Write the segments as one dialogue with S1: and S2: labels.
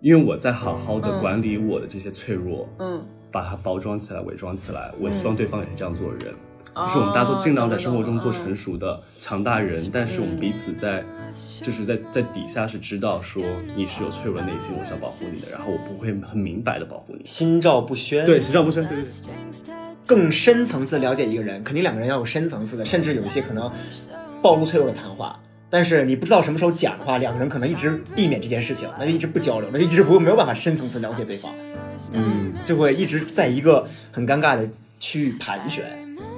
S1: 因为我在好好的管理我的这些脆弱，
S2: 嗯，
S1: 把它包装起来、伪装起来。我希望对方也是这样做的人。
S2: 就
S1: 就是我们大家都尽量在生活中做成熟的、强大人，但是我们彼此在，就是在在底下是知道说你是有脆弱的内心，我想保护你的，然后我不会很明白的保护你。
S3: 心照不宣。
S1: 对，形象不深，对对对，
S3: 更深层次的了解一个人，肯定两个人要有深层次的，甚至有一些可能暴露脆弱的谈话。但是你不知道什么时候讲的话，两个人可能一直避免这件事情，那就一直不交流，那就一直不没有办法深层次了解对方，
S1: 嗯，
S3: 就会一直在一个很尴尬的区域盘旋。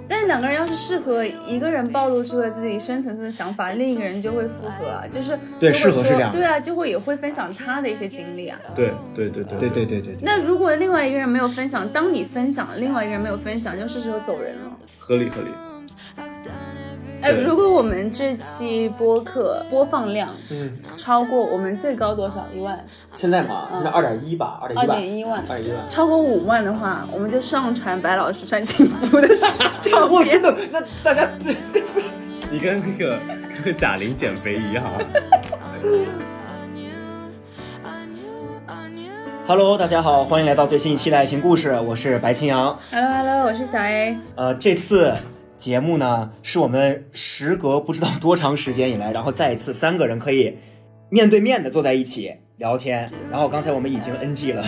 S2: 但是两个人要是适合，一个人暴露出了自己深层次的想法，另一个人就会附和啊，就是
S3: 对
S2: 就会
S3: 适合是
S2: 说
S3: 这样的
S2: 对啊，就会也会分享他的一些经历啊。
S1: 对对对对
S3: 对对对对对，
S2: 那如果另外一个人没有分享，当你分享，另外一个人没有分享，就是时候走人了。
S1: 合理合理。
S2: 哎，
S1: 对
S2: 如果我们这期播客播放量
S3: 嗯，
S2: 超过我们最高多少一万，
S3: 现在嘛，现在二点一吧，二点
S2: 二
S3: 一吧，
S2: 点一万，
S3: 二点一万。
S2: 超过五万的话，我们就上传白老师穿警服的 照
S3: 哇，啊真
S2: 片。
S3: 的，那大家
S1: 你跟那个跟那个贾玲减肥一样啊，
S3: ，Hello，大家好，欢迎来到最新一期的爱情故事，我是白青阳。
S2: Hello Hello，我是小 A。
S3: 呃，这次节目呢，是我们时隔不知道多长时间以来，然后再一次三个人可以面对面的坐在一起聊天。然后刚才我们已经 NG 了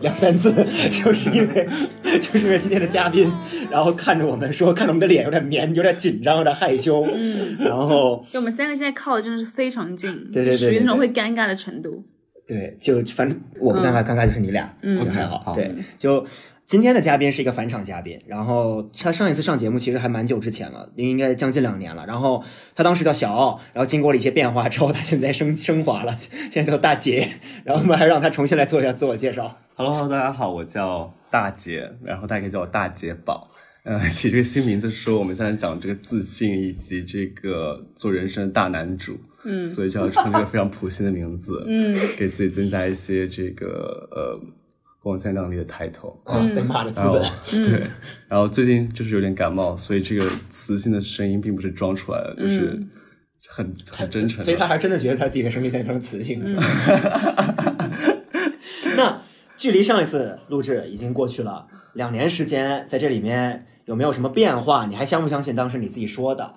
S3: 两三次， 就是因为 就是因为今天的嘉宾，然后看着我们说，看着我们的脸有点绵，有点紧张，有点害羞。嗯，然后
S2: 就我们三个现在靠的真的是非常近，
S3: 对对对
S2: 就属于
S3: 对
S2: 那种会尴尬的程度。
S3: 对，就反正我不尴尬，尴尬就是你俩，
S2: 嗯
S3: 这个还好。
S1: 好
S3: 对，就今天的嘉宾是一个返场嘉宾，然后他上一次上节目其实还蛮久之前了，应该将近两年了。然后他当时叫小奥，然后经过了一些变化之后，他现在升升华了， 现在叫大姐。然后我们还让他重新来做一下自我介绍。
S1: Hello Hello，大家好，我叫大姐，然后大家可以叫我大姐宝。呃，起这个新名字是说我们现在讲这个自信以及这个做人生的大男主，嗯，所以就要穿这个非常普信的名字， 嗯，给自己增加一些这个呃光鲜亮丽的抬头。
S3: 啊，被骂的资
S1: 然后
S3: 本。
S1: 对，然后最近就是有点感冒，所以这个磁性的声音并不是装出来的，就是很很真诚的。
S3: 所以他还真的觉得他自己的声音在非常磁性。是吧 那距离上一次录制已经过去了两年时间，在这里面有没有什么变化？你还相不相信当时你自己说的？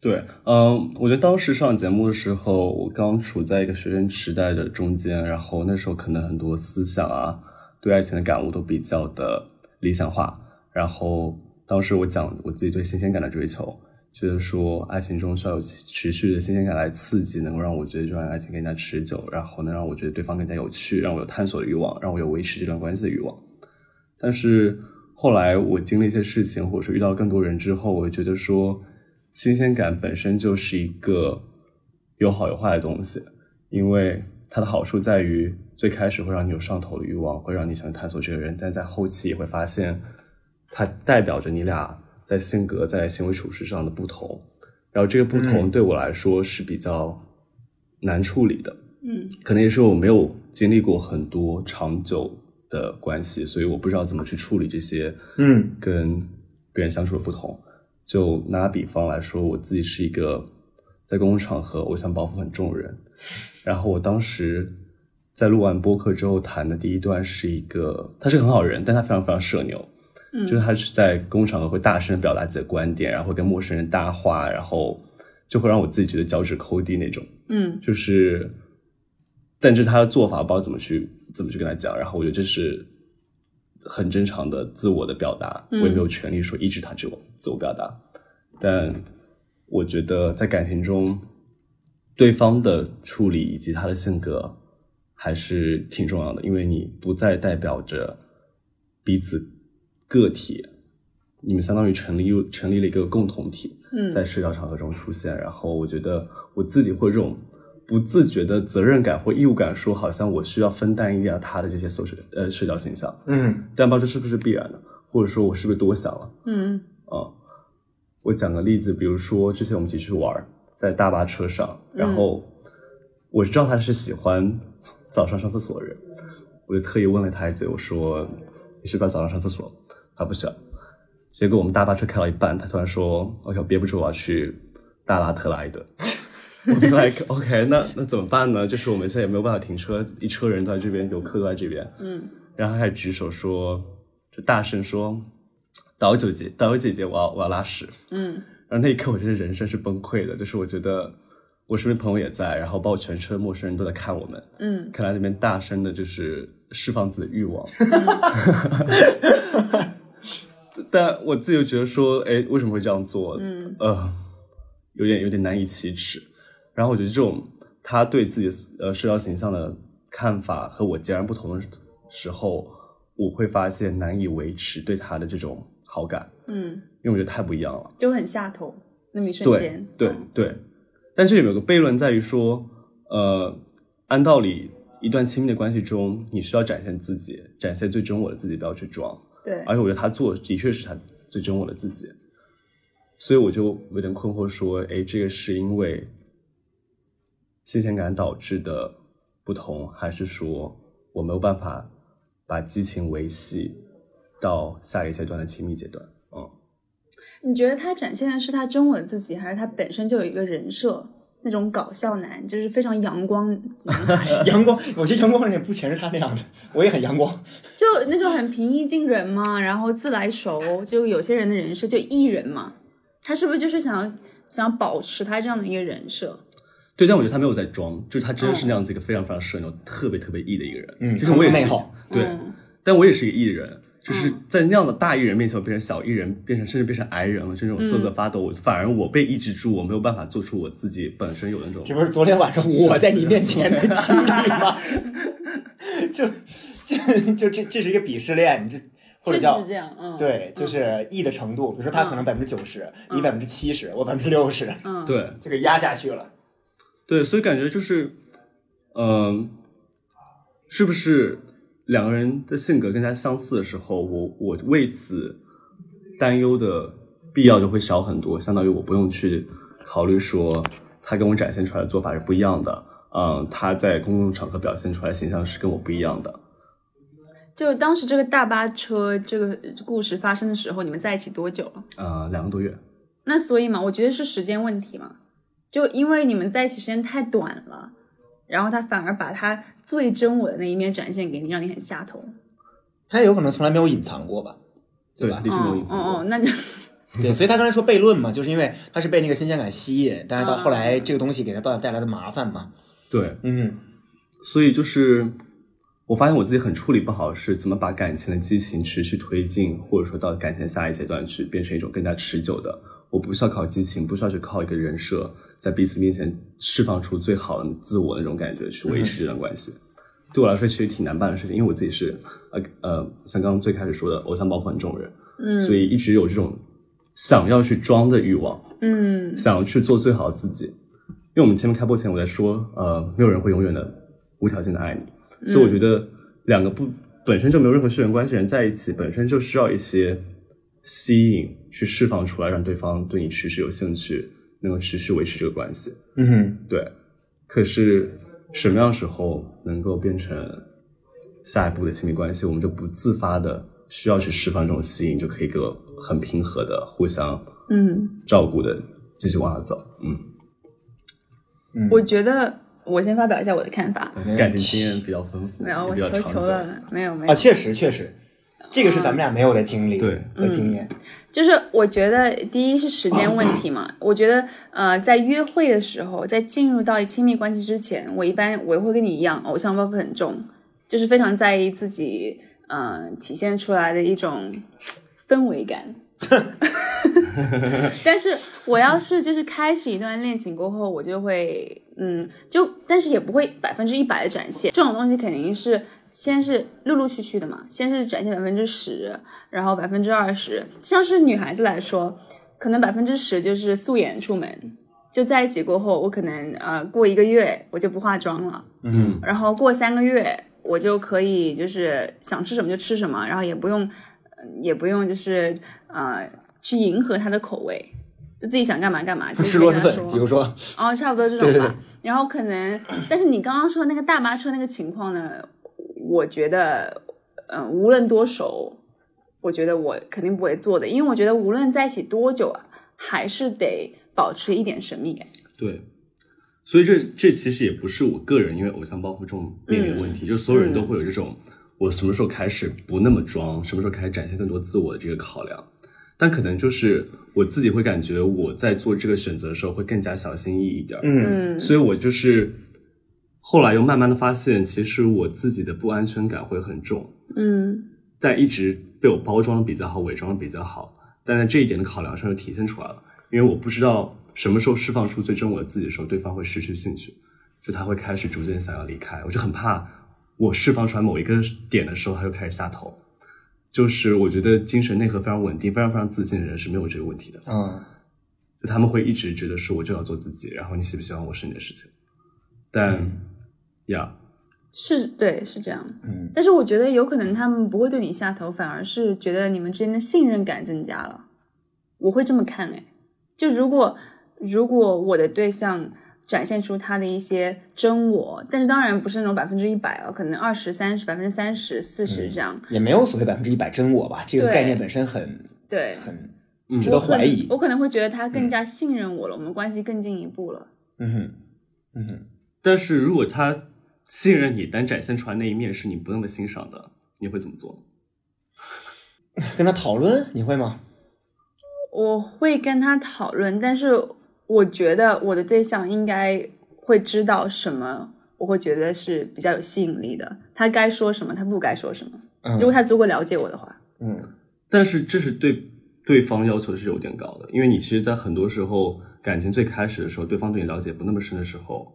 S1: 对，嗯，我觉得当时上节目的时候，我刚处在一个学生时代的中间，然后那时候可能很多思想啊，对爱情的感悟都比较的理想化。然后当时我讲我自己对新鲜感的追求，觉得说爱情中需要有持续的新鲜感来刺激，能够让我觉得这段爱情更加持久，然后能让我觉得对方更加有趣，让我有探索的欲望，让我有维持这段关系的欲望。但是后来我经历一些事情，或者说遇到更多人之后，我会觉得说，新鲜感本身就是一个有好有坏的东西，因为它的好处在于最开始会让你有上头的欲望，会让你想探索这个人，但在后期也会发现，它代表着你俩在性格、在行为处事上的不同。然后这个不同
S3: 嗯
S1: 对我来说是比较难处理的，
S2: 嗯
S1: 可能也是我没有经历过很多长久的关系，所以我不知道怎么去处理这些
S3: 嗯
S1: 跟别人相处的不同。就拿比方来说，我自己是一个在公共场合我想包袱很重的人，然后我当时在录完播客之后谈的第一段是一个，他是个很好人，但他非常非常社牛，
S2: 嗯
S1: 就是他是在公共场合会大声地表达自己的观点，然后会跟陌生人搭话，然后就会让我自己觉得脚趾抠地那种。
S2: 嗯
S1: 就是，但是他的做法我不知道怎么去怎么去跟他讲，然后我觉得这是很正常的自我的表达，我
S2: 嗯
S1: 也没有权利说抑制他这种自我表达，但我觉得在感情中，对方的处理以及他的性格还是挺重要的，因为你不再代表着彼此个体。你们相当于成立又成立了一个共同体，
S2: 嗯
S1: 在社交场合中出现。然后我觉得我自己会有这种不自觉的责任感或义务感，说好像我需要分担一点他的这些 social 呃社交形象，
S3: 嗯，
S1: 但不知道这是不是必然的，或者说我是不是多想了
S2: 嗯
S1: 啊、我讲个例子，比如说之前我们一起去玩儿，在大巴车上，然后我知道他是喜欢早上上厕所的人，我就特意问了他一嘴，我说你是不是要早上上厕所？他不喜欢。结哦果我们大巴车开到一半，他突然说：“我靠，憋不住，我要去大拉特拉一顿。” 我 be like OK，那那怎么办呢？就是我们现在也没有办法停车，一车人都在这边，游客都在这边，
S2: 嗯，
S1: 然后他还举手说，就大声说，导游姐姐，导游姐姐，我要我要拉屎，
S2: 嗯，
S1: 然后那一刻我真是人生是崩溃的，就是我觉得我身边朋友也在，然后包括全车陌生人都在看我们，
S2: 嗯，
S1: 看他那边大声的就是释放自己的欲望， 但我自己又觉得说，哎，为什么会这样做？嗯，呃，有点有点难以启齿。然后我觉得这种他对自己的呃社交形象的看法和我截然不同的时候，我会发现难以维持对他的这种好感，
S2: 嗯，
S1: 因为我觉得太不一样了。
S2: 就很下头，那么一瞬
S1: 对
S2: 间，
S1: 对对，但这里面有个悖论在于说，呃，按道理，一段亲密的关系中，你需要展现自己，展现最真我的自己，不要去装。
S2: 对，
S1: 而且我觉得他做的的确是他最真我的自己，所以我就有点困惑，说，哎，这个是因为新鲜感导致的不同，还是说我没有办法把激情维系到下一个阶段的亲密阶段？嗯，
S2: 你觉得他展现的是他真我的自己，还是他本身就有一个人设，那种搞笑男，就是非常阳光男孩，
S3: 阳光，我觉得阳光人也不全是他那样的，我也很阳光。
S2: 就那种很平易近人嘛，然后自来熟。就有些人的人设就艺人嘛，他是不是就是想要想要保持他这样的一个人设？
S1: 对，但我觉得他没有在装，就是他真的是
S2: 嗯
S1: 那样子一个非常非常社牛、特别特别 E 的一个人。
S3: 嗯
S1: 其实我也
S3: 内
S1: 是
S3: 耗，
S1: 对，
S2: 嗯
S1: 但我也是一个 E 人，就是
S2: 嗯
S1: 在那样的大 E 人面前，我变成小 E 人，变成甚至变成 I 人了，就那种
S2: 嗯
S1: 瑟瑟发抖。我反而我被抑制住，我没有办法做出我自己本身有的那种
S3: 这不是昨天晚上我在你面前的经历吗？ 就就就这这是一个鄙视链，你这或
S2: 确
S3: 者叫
S2: 实是这样，嗯，，
S3: 对，就是 E 的程度，比如说他可能百分之九十，你百分之七十，我百分之六十，
S2: 嗯，
S1: 对
S3: 就给压下去了。
S1: 对，所以感觉就是，嗯、是不是两个人的性格更加相似的时候，我我为此担忧的必要就会少很多，相当于我不用去考虑说他跟我展现出来的做法是不一样的，嗯、他在公众场合表现出来的形象是跟我不一样的，
S2: 就当时这个大巴车这个故事发生的时候，你们在一起多久了？
S1: 呃，两个多月，
S2: 那所以嘛，我觉得是时间问题嘛，就因为你们在一起时间太短了，然后他反而把他最真我的那一面展现给你，让你很下头。
S3: 他有可能从来没有隐藏过吧？
S1: 对，
S3: 吧
S1: 的确没有隐
S2: 嗯
S1: 藏
S2: 嗯
S1: 过，
S2: 嗯，那就
S3: 对，所以他刚才说悖论嘛，就是因为他是被那个新鲜感吸引，但是到后
S2: 啊
S3: 来这个东西给他带带来的麻烦嘛。
S1: 对，
S3: 嗯，
S1: 所以就是我发现我自己很处理不好是怎么把感情的激情持续推进，或者说到感情的下一阶段去变成一种更加持久的。我不需要靠激情，不需要去靠一个人设，在彼此面前释放出最好的自我的那种感觉去维持这段关系。对我来说，其实挺难办的事情，因为我自己是呃呃，像刚刚最开始说的，偶像包袱很重的人，嗯，所以一直有这种想要去装的欲望，
S2: 嗯
S1: 想要去做最好的自己。因为我们前面开播前我在说，呃，没有人会永远的无条件的爱你，所以我觉得两个不本身就没有任何血缘关系的人在一起，本身就需要一些吸引去释放出来，让对方对你持续有兴趣，能够持续维持这个关系。
S3: 嗯哼，
S1: 对，可是什么样时候能够变成下一步的亲密关系，我们就不自发的需要去释放这种吸引，就可以给我很平和的互相
S2: 嗯，
S1: 照顾的继续往下走。嗯，
S3: 嗯
S2: 我觉得我先发表一下我的看法。
S3: 没问题
S1: 感情经验比较丰富，
S2: 没有，
S1: 也
S2: 我
S1: 比较长
S2: 求
S1: 久
S2: 求。了，没有没有
S3: 啊，。确实确实，这个是咱们俩没有的经历
S1: 对
S3: 和经验。
S2: 就是我觉得第一是时间问题嘛，我觉得呃，在约会的时候，在进入到亲密关系之前，我一般我也会跟你一样，偶像包袱很重，就是非常在意自己呃体现出来的一种氛围感。但是我要是就是开始一段恋情过后，我就会嗯，就但是也不会百分之一百的展现，这种东西肯定是先是陆陆续续的嘛，先是展现百分之十，然后百分之二十，像是女孩子来说，可能百分之十就是素颜出门。就在一起过后，我可能呃过一个月我就不化妆了，
S1: 嗯，
S2: 然后过三个月我就可以就是想吃什么就吃什么，然后也不用呃也不用就是呃去迎合他的口味，就自己想干嘛干嘛，就
S3: 就
S2: 直
S3: 吃
S2: 接
S3: 螺
S2: 跟
S3: 蛳
S2: 他
S3: 粉，
S2: 说
S3: 比如说，
S2: 哦，差不多这种吧。
S3: 对对对
S2: 然后可能，但是你刚刚说的那个大巴车那个情况呢，我觉得，嗯、无论多熟，我觉得我肯定不会做的，因为我觉得无论在一起多久啊，还是得保持一点神秘感。
S1: 对。所以这这其实也不是我个人因为偶像包袱重面临的问题，
S2: 嗯
S1: 就是所有人都会有这种我什么时候开始不那么装，什么时候开始展现更多自我的这个考量。但可能就是我自己会感觉我在做这个选择的时候会更加小心翼翼一点儿，
S3: 嗯
S2: 嗯，
S1: 所以我就是后来又慢慢的发现，其实我自己的不安全感会很重，
S2: 嗯
S1: 但一直被我包装的比较好，伪装的比较好，但在这一点的考量上就体现出来了。因为我不知道什么时候释放出最真我自己的时候，对方会失去兴趣，就他会开始逐渐想要离开，我就很怕我释放出来某一个点的时候，他就开始下头。就是我觉得精神内核非常稳定、非常非常自信的人是没有这个问题的，
S3: 嗯
S1: 就他们会一直觉得是我就要做自己，然后你喜不喜欢我是你的事情。但呀，
S2: 是对是这样，
S3: 嗯，
S2: 但是我觉得有可能他们不会对你下头，反而是觉得你们之间的信任感增加了。我会这么看哎，就如果如果我的对象展现出他的一些真我，但是当然不是那种百分之一百哦，可能二十三十、百分之三十、四
S3: 嗯
S2: 十这样。
S3: 也没有所谓百分之一百真我吧，这个
S2: 对
S3: 概念本身很
S2: 对，
S3: 很
S1: 嗯
S3: 值得怀疑。
S2: 我可能会觉得他更加信任我了，我们关系更进一步了。
S3: 嗯哼，嗯哼，
S1: 但是如果他信任你，但展现出来那一面是你不那么欣赏的，你会怎么做？
S3: 跟他讨论你会吗？
S2: 我会跟他讨论，但是我觉得我的对象应该会知道什么，我会觉得是比较有吸引力的。他该说什么，他不该说什么。
S3: 嗯
S2: 如果他足够了解我的话，
S3: 嗯
S1: 但是这是对对方要求是有点高的，因为你其实，在很多时候感情最开始的时候，对方对你了解不那么深的时候，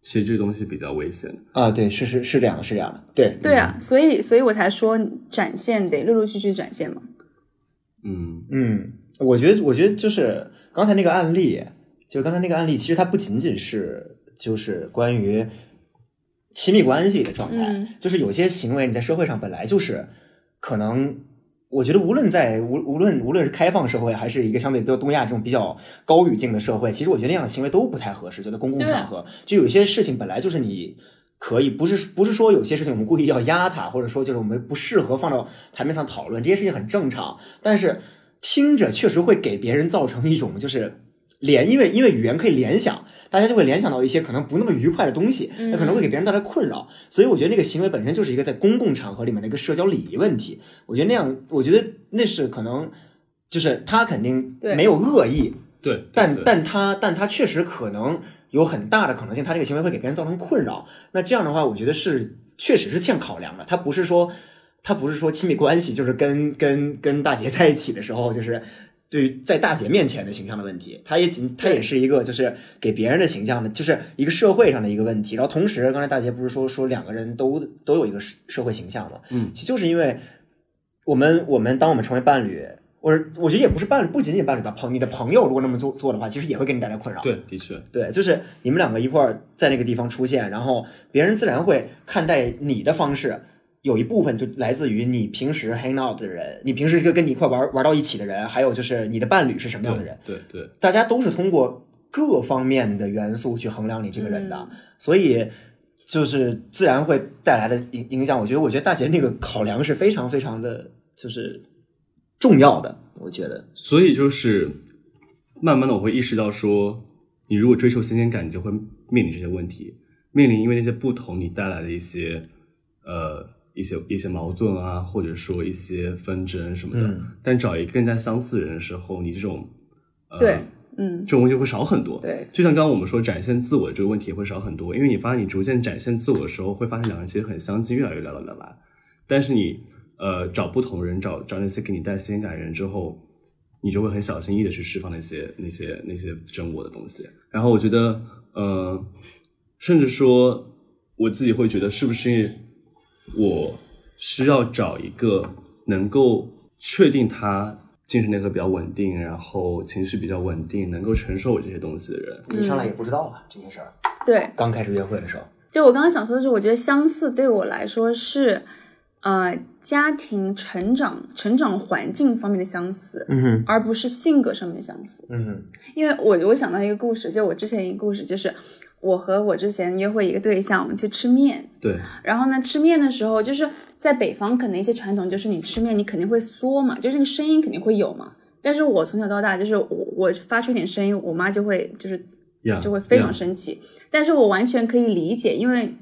S1: 其实这东西比较危险的。
S3: 啊，对，是是是这样的，是这样的，对，
S2: 对啊，所以所以我才说展现得陆陆续续展现嘛。
S1: 嗯
S3: 嗯，我觉得，我觉得就是刚才那个案例，就是刚才那个案例，其实它不仅仅是就是关于亲密关系的状态，
S2: 嗯
S3: 就是有些行为你在社会上本来就是可能。我觉得无论在无无论无论是开放社会，还是一个相对比较东亚这种比较高语境的社会，其实我觉得那样的行为都不太合适。就在公共
S2: 对
S3: 场合，就有些事情本来就是你可以，不是不是说有些事情我们故意要压它，或者说就是我们不适合放到台面上讨论，这些事情很正常。但是听着确实会给别人造成一种就是联，因为因为语言可以联想，大家就会联想到一些可能不那么愉快的东西，那可能会给别人带来困扰。所以我觉得那个行为本身就是一个在公共场合里面的一个社交礼仪问题。我觉得那样，我觉得那是可能就是他肯定
S2: 对
S3: 没有恶意，
S1: 对，
S3: 但但他但他确实可能有很大的可能性，他这个行为会给别人造成困扰。那这样的话，我觉得是确实是欠考量的。他不是说他不是说亲密关系，就是跟 跟跟大姐在一起的时候，就是对于在大姐面前的形象的问题，他也仅他也是一个就是给别人的形象的，就是一个社会上的一个问题。然后同时，刚才大姐不是说说两个人都都有一个社社会形象嘛？
S1: 嗯
S3: 其实就是因为我们我们当我们成为伴侣，或者我觉得也不是伴侣，不仅仅伴侣吧，朋你的朋友如果那么做做的话，其实也会给你带来困扰。
S1: 对，的确，
S3: 对，就是你们两个一块儿在那个地方出现，然后别人自然会看待你的方式，有一部分就来自于你平时 hang out 的人，你平时这个跟你一块玩玩到一起的人，还有就是你的伴侣是什么样的人，
S1: 对对，
S3: 大家都是通过各方面的元素去衡量你这个
S2: 嗯
S3: 人的，所以就是自然会带来的影影响。我觉得，我觉得大姐那个考量是非常非常的，就是重要的。我觉得，
S1: 所以就是慢慢的我会意识到说，你如果追求新鲜感，你就会面临这些问题，面临因为那些不同你带来的一些呃一些一些矛盾啊，或者说一些纷争什么的。
S3: 嗯
S1: 但找一个更加相似的人的时候，你这种呃
S2: 对，嗯
S1: 这，种问题会少很多。
S2: 对，
S1: 就像刚刚我们说展现自我这个问题也会少很多，因为你发现你逐渐展现自我的时候，会发现两个人其实很相近，越来越聊得来。但是你呃找不同人，找找那些给你带新鲜感的人之后，你就会很小心翼翼的去释放那些那些那些真我的东西。然后我觉得，呃，甚至说我自己会觉得，是不是我需要找一个能够确定他精神内核比较稳定，然后情绪比较稳定，能够承受我这些东西的人。
S3: 你上来也不知道啊这件事儿。
S2: 对。
S3: 刚开始约会的时候，
S2: 就我刚刚想说的是，我觉得相似对我来说是，呃，家庭成长、成长环境方面的相似，
S3: 嗯哼，
S2: 而不是性格上面的相似。
S3: 嗯哼，
S2: 因为我我想到一个故事，就我之前一个故事，就是我和我之前约会一个对象，我们去吃面，
S1: 对，
S2: 然后呢，吃面的时候，就是在北方可能一些传统就是你吃面你肯定会嗦嘛，就是那个声音肯定会有嘛。但是我从小到大就是我我发出一点声音，我妈就会就是
S1: 呀
S2: 就会非
S1: 呀
S2: 常生气。但是我完全可以理解，因为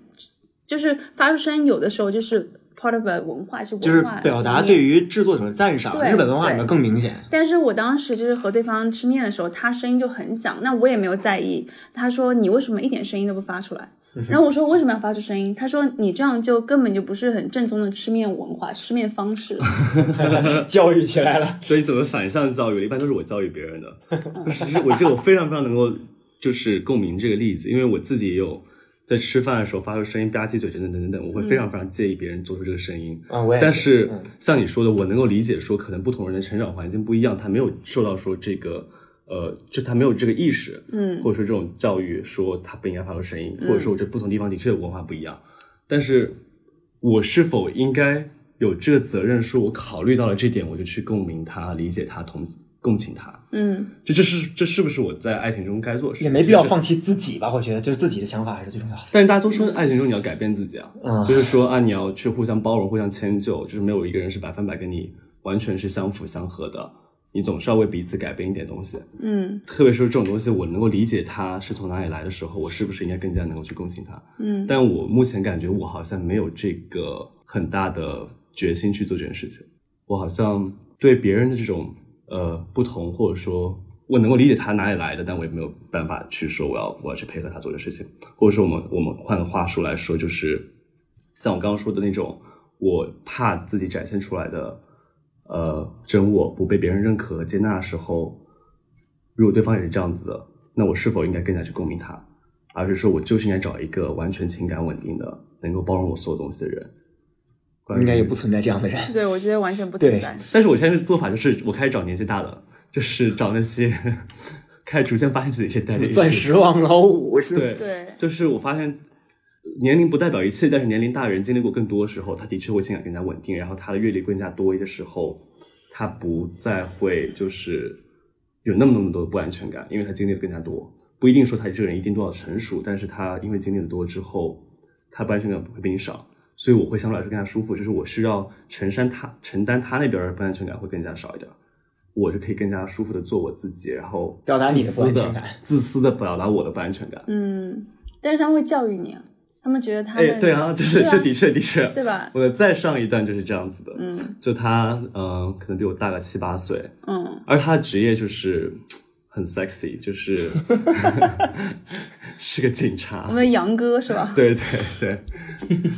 S2: 就是发出声音有的时候就是 part of a 文化，是文化
S3: 就是表达
S2: 里面
S3: 对于制作者的赞赏，
S2: 对
S3: 日本文化里面更明显。
S2: 但是我当时就是和对方吃面的时候，他声音就很响，那我也没有在意。他说你为什么一点声音都不发出来？
S1: 嗯
S2: 然后我说为什么要发出声音？他说你这样就根本就不是很正宗的吃面文化、吃面方式。
S3: 教育起来了，
S1: 所以怎么反向教育了？一般都是我教育别人的。其实我觉得我非常非常能够就是共鸣这个例子，因为我自己也有在吃饭的时候发出声音吧唧嘴等等等等等，我会非常非常介意别人做出这个声音。
S3: 嗯我也是
S1: 但是
S3: 嗯
S1: 像你说的，我能够理解说，可能不同人的成长环境不一样，他没有受到说这个。呃，就他没有这个意识，
S2: 嗯
S1: 或者说这种教育，说他不应该发出声音，或者说我觉得不同地方的确文化不一样，但是我是否应该有这个责任？说我考虑到了这点，我就去共鸣他、理解他、同共情他，
S2: 嗯，
S1: 就这是这是不是我在爱情中该做的事情？
S3: 也没必要
S1: 其实。
S3: 放弃自己吧？我觉得就是自己的想法还是最重要的。
S1: 但是大家都说爱情中你要改变自己啊，
S3: 嗯
S1: 就是说啊，你要去互相包容、互相迁就，就是没有一个人是百分百跟你完全是相符相合的，你总是要为彼此改变一点东西。
S2: 嗯
S1: 特别是这种东西，我能够理解它是从哪里来的时候，我是不是应该更加能够去共情它？
S2: 嗯，
S1: 但我目前感觉我好像没有这个很大的决心去做这件事情。我好像对别人的这种呃不同，或者说我能够理解他哪里来的，但我也没有办法去说我要我要去配合他做这个事情，或者说我们我们换个话术来说，就是像我刚刚说的那种，我怕自己展现出来的呃真我不被别人认可和接纳的时候，如果对方也是这样子的，那我是否应该更加去共鸣他？而是说我就是应该找一个完全情感稳定的、能够包容我所有东西的人。关于
S3: 应该也
S1: 这个
S3: 不存在这样的人。
S2: 对，我觉得完全不存在。
S1: 但是我现在的做法就是，我开始找年纪大的，就是找那些 开始逐渐发现自己是带着
S3: 钻石王老五是
S1: 对，
S2: 对
S1: 就是我发现年龄不代表一切，但是年龄大的人经历过更多的时候，他的确会情感更加稳定，然后他的阅历更加多一的时候，他不再会就是有那么那么多的不安全感，因为他经历的更加多。不一定说他这个人一定多少成熟，但是他因为经历的多之后，他不安全感会比你少，所以我会相对来说更加舒服。就是我需要承担他承担他那边的不安全感会更加少一点，我就可以更加舒服的做我自己，然后
S3: 表达你的
S1: 自
S3: 不安
S1: 私
S3: 全
S1: 的
S3: 感
S1: 自私的表达我的不安全感。
S2: 嗯，但是他们会教育你啊，他们觉得他
S1: 哎，
S2: 们
S1: 对啊，这是
S2: 对啊
S1: 这的确的确，
S2: 对吧？
S1: 我的再上一段就是这样子的，
S2: 嗯
S1: 就他嗯、呃可能比我大个七八岁，
S2: 嗯，
S1: 而他的职业就是很 sexy，就是 是个警察
S2: 我。们的杨哥是吧？
S1: 对对对，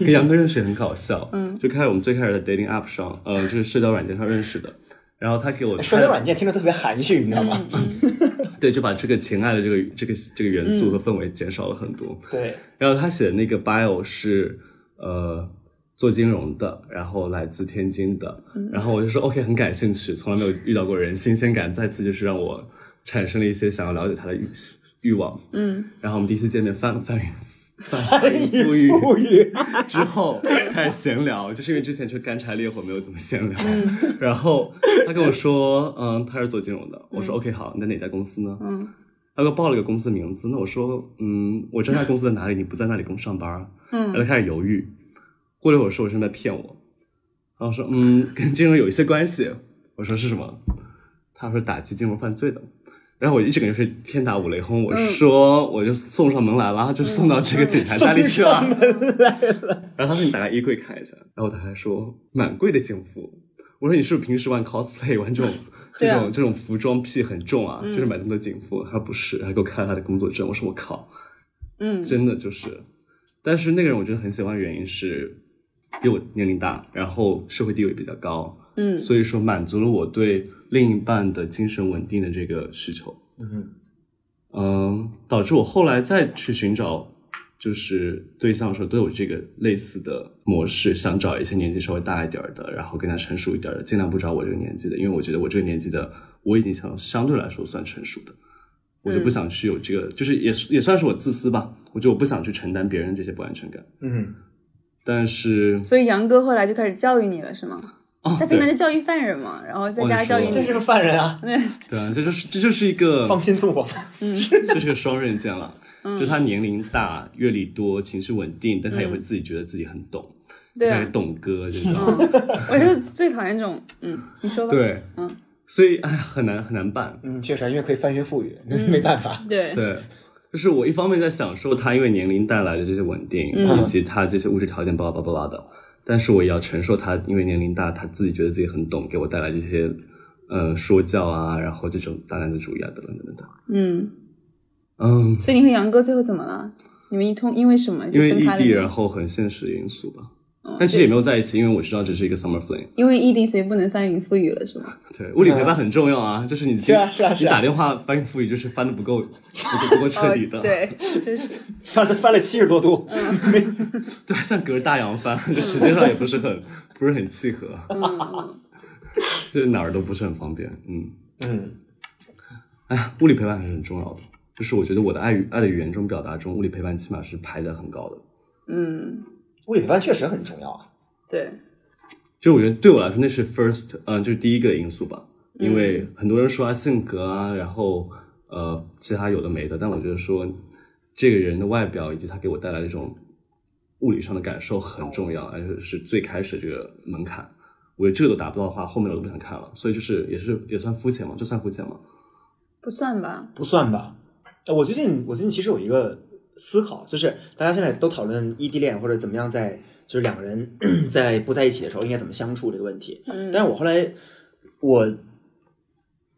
S1: 跟杨哥认识也很搞笑，嗯，就开始我们最开始在 dating app 上，呃，就是社交软件上认识的，然后他给我
S3: 哎社
S1: 看
S3: 交软件听着特别含蓄，你知道吗？
S1: 对，就把这个情爱的这个这个这个元素和
S2: 嗯
S1: 氛围减少了很多，
S3: 对，
S1: 然后他写的那个 bio 是呃做金融的，然后来自天津的，然后我就说 OK 很感兴趣，从来没有遇到过人，新鲜感再次就是让我产生了一些想要了解他的欲欲望。
S2: 嗯，
S1: 然后我们第一次见面翻翻翻
S3: 翻
S1: 云覆雨
S3: 云覆雨，
S1: 之后开始闲聊，就是因为之前就干柴烈火没有怎么闲聊。 然后他跟我说，嗯，他是做金融的，我说 OK 好，你在哪家公司呢？
S2: 嗯，
S1: 他给我报了个公司名字，那我说，嗯，我知道他公司在哪里，你不在那里公上班啊，
S2: 嗯
S1: 然后他开始犹豫，过了一会儿说我是不是在骗我，然后说，嗯，跟金融有一些关系，我说是什么？他说打击金融犯罪的。然后我一整个就是天打五雷
S2: 嗯
S1: 轰，我说我就送上门来了，就送到这个警察家里去了。
S2: 嗯
S1: 然后他说你打开衣柜看一下，然后他还说蛮贵的警服。我说你是不是平时玩 cosplay 玩这 种这
S2: 对啊嗯
S1: 种这种服装癖很重啊？就是买这么多警服？他说不是，他给我看了他的工作证。我说我靠，
S2: 嗯
S1: 真的就是。但是那个人我真的很喜欢的原因是，比我年龄大，然后社会地位比较高，
S2: 嗯
S1: 所以说满足了我对另一半的精神稳定的这个需求。
S3: 嗯，
S1: 嗯，导致我后来再去寻找就是对象的时候，都有这个类似的模式，想找一些年纪稍微大一点儿的，然后更加成熟一点儿的，尽量不找我这个年纪的，因为我觉得我这个年纪的我已经想相对来说算成熟的，我就不想去有这个，就是也也算是我自私吧，我觉得我不想去承担别人这些不安全感，
S3: 嗯，
S1: 但是
S2: 所以杨哥后来就开始教育你了，是吗？
S1: 哦
S2: 他，平常
S1: 对
S2: 就教育犯人嘛，然后在
S1: 我跟
S2: 家
S1: 你
S2: 教育
S1: 说
S3: 这
S2: 你
S3: 是。个犯人啊，
S1: 对啊，这就是这就是一个
S3: 放心送我吧。
S1: 这是个双刃剑了，就他年龄大、阅历多、情绪稳定，但他也会自己觉得自己很懂，
S2: 对啊
S1: 开始懂哥，就知道吗
S2: 嗯，我就最讨厌这种，嗯，你说吧。
S1: 对，
S2: 嗯，
S1: 所以哎呀，很难很难办，
S3: 嗯，确实，因为可以翻云覆雨，没办法。
S2: 对
S1: 对。就是我一方面在享受它因为年龄带来的这些稳定，
S2: 嗯
S1: 以及它这些物质条件巴拉巴拉巴拉的，但是我也要承受它因为年龄大，他自己觉得自己很懂，给我带来这些呃说教啊，然后这种大男子主义啊等等等等等。
S2: 嗯，
S1: 嗯，
S2: 所以你和杨哥最后怎么了？你们一通因为什么就
S1: 因为
S2: 分
S1: 异
S2: 开
S1: 地，
S2: 了
S1: 然
S2: 吗？
S1: 后很现实因素吧。
S2: 嗯
S1: 但其实也没有在一起，因为我知道这是一个 summer fling。
S2: 因为异地，所以不能翻云覆雨了，是 吗？
S1: 对，物理陪伴很重要啊，就是你
S3: 是啊是啊是啊
S1: 你打电话翻云覆雨就是翻的不够不够不够彻底的，
S2: 哦、对，真是
S3: 翻了翻了七十多度，
S1: 对，像隔着大洋翻，就时间上也不是很不是很契合，
S2: 嗯
S1: 就是哪儿都不是很方便。嗯，
S3: 嗯，
S1: 哎，物理陪伴还是很重要的，就是我觉得我的爱语爱的语言中表达中，物理陪伴起码是排在很高的。
S2: 嗯，
S3: 物理陪伴确实很重要啊。
S2: 对，
S1: 就我觉得对我来说那是 first，嗯、就是第一个因素吧。因为很多人说他性格啊，然后呃其他有的没的，但我觉得说这个人的外表以及他给我带来的这种物理上的感受很重要，而且是最开始这个门槛。我觉得这个都达不到的话，后面我都不想看了。所以就是也是也算肤浅嘛，这算肤浅嘛。
S2: 不算吧？
S3: 不算吧。呃我最近我最近其实有一个思考，就是大家现在都讨论异地恋或者怎么样在就是两个人 在不在一起的时候应该怎么相处这个问题。
S2: 嗯
S3: 但是我后来我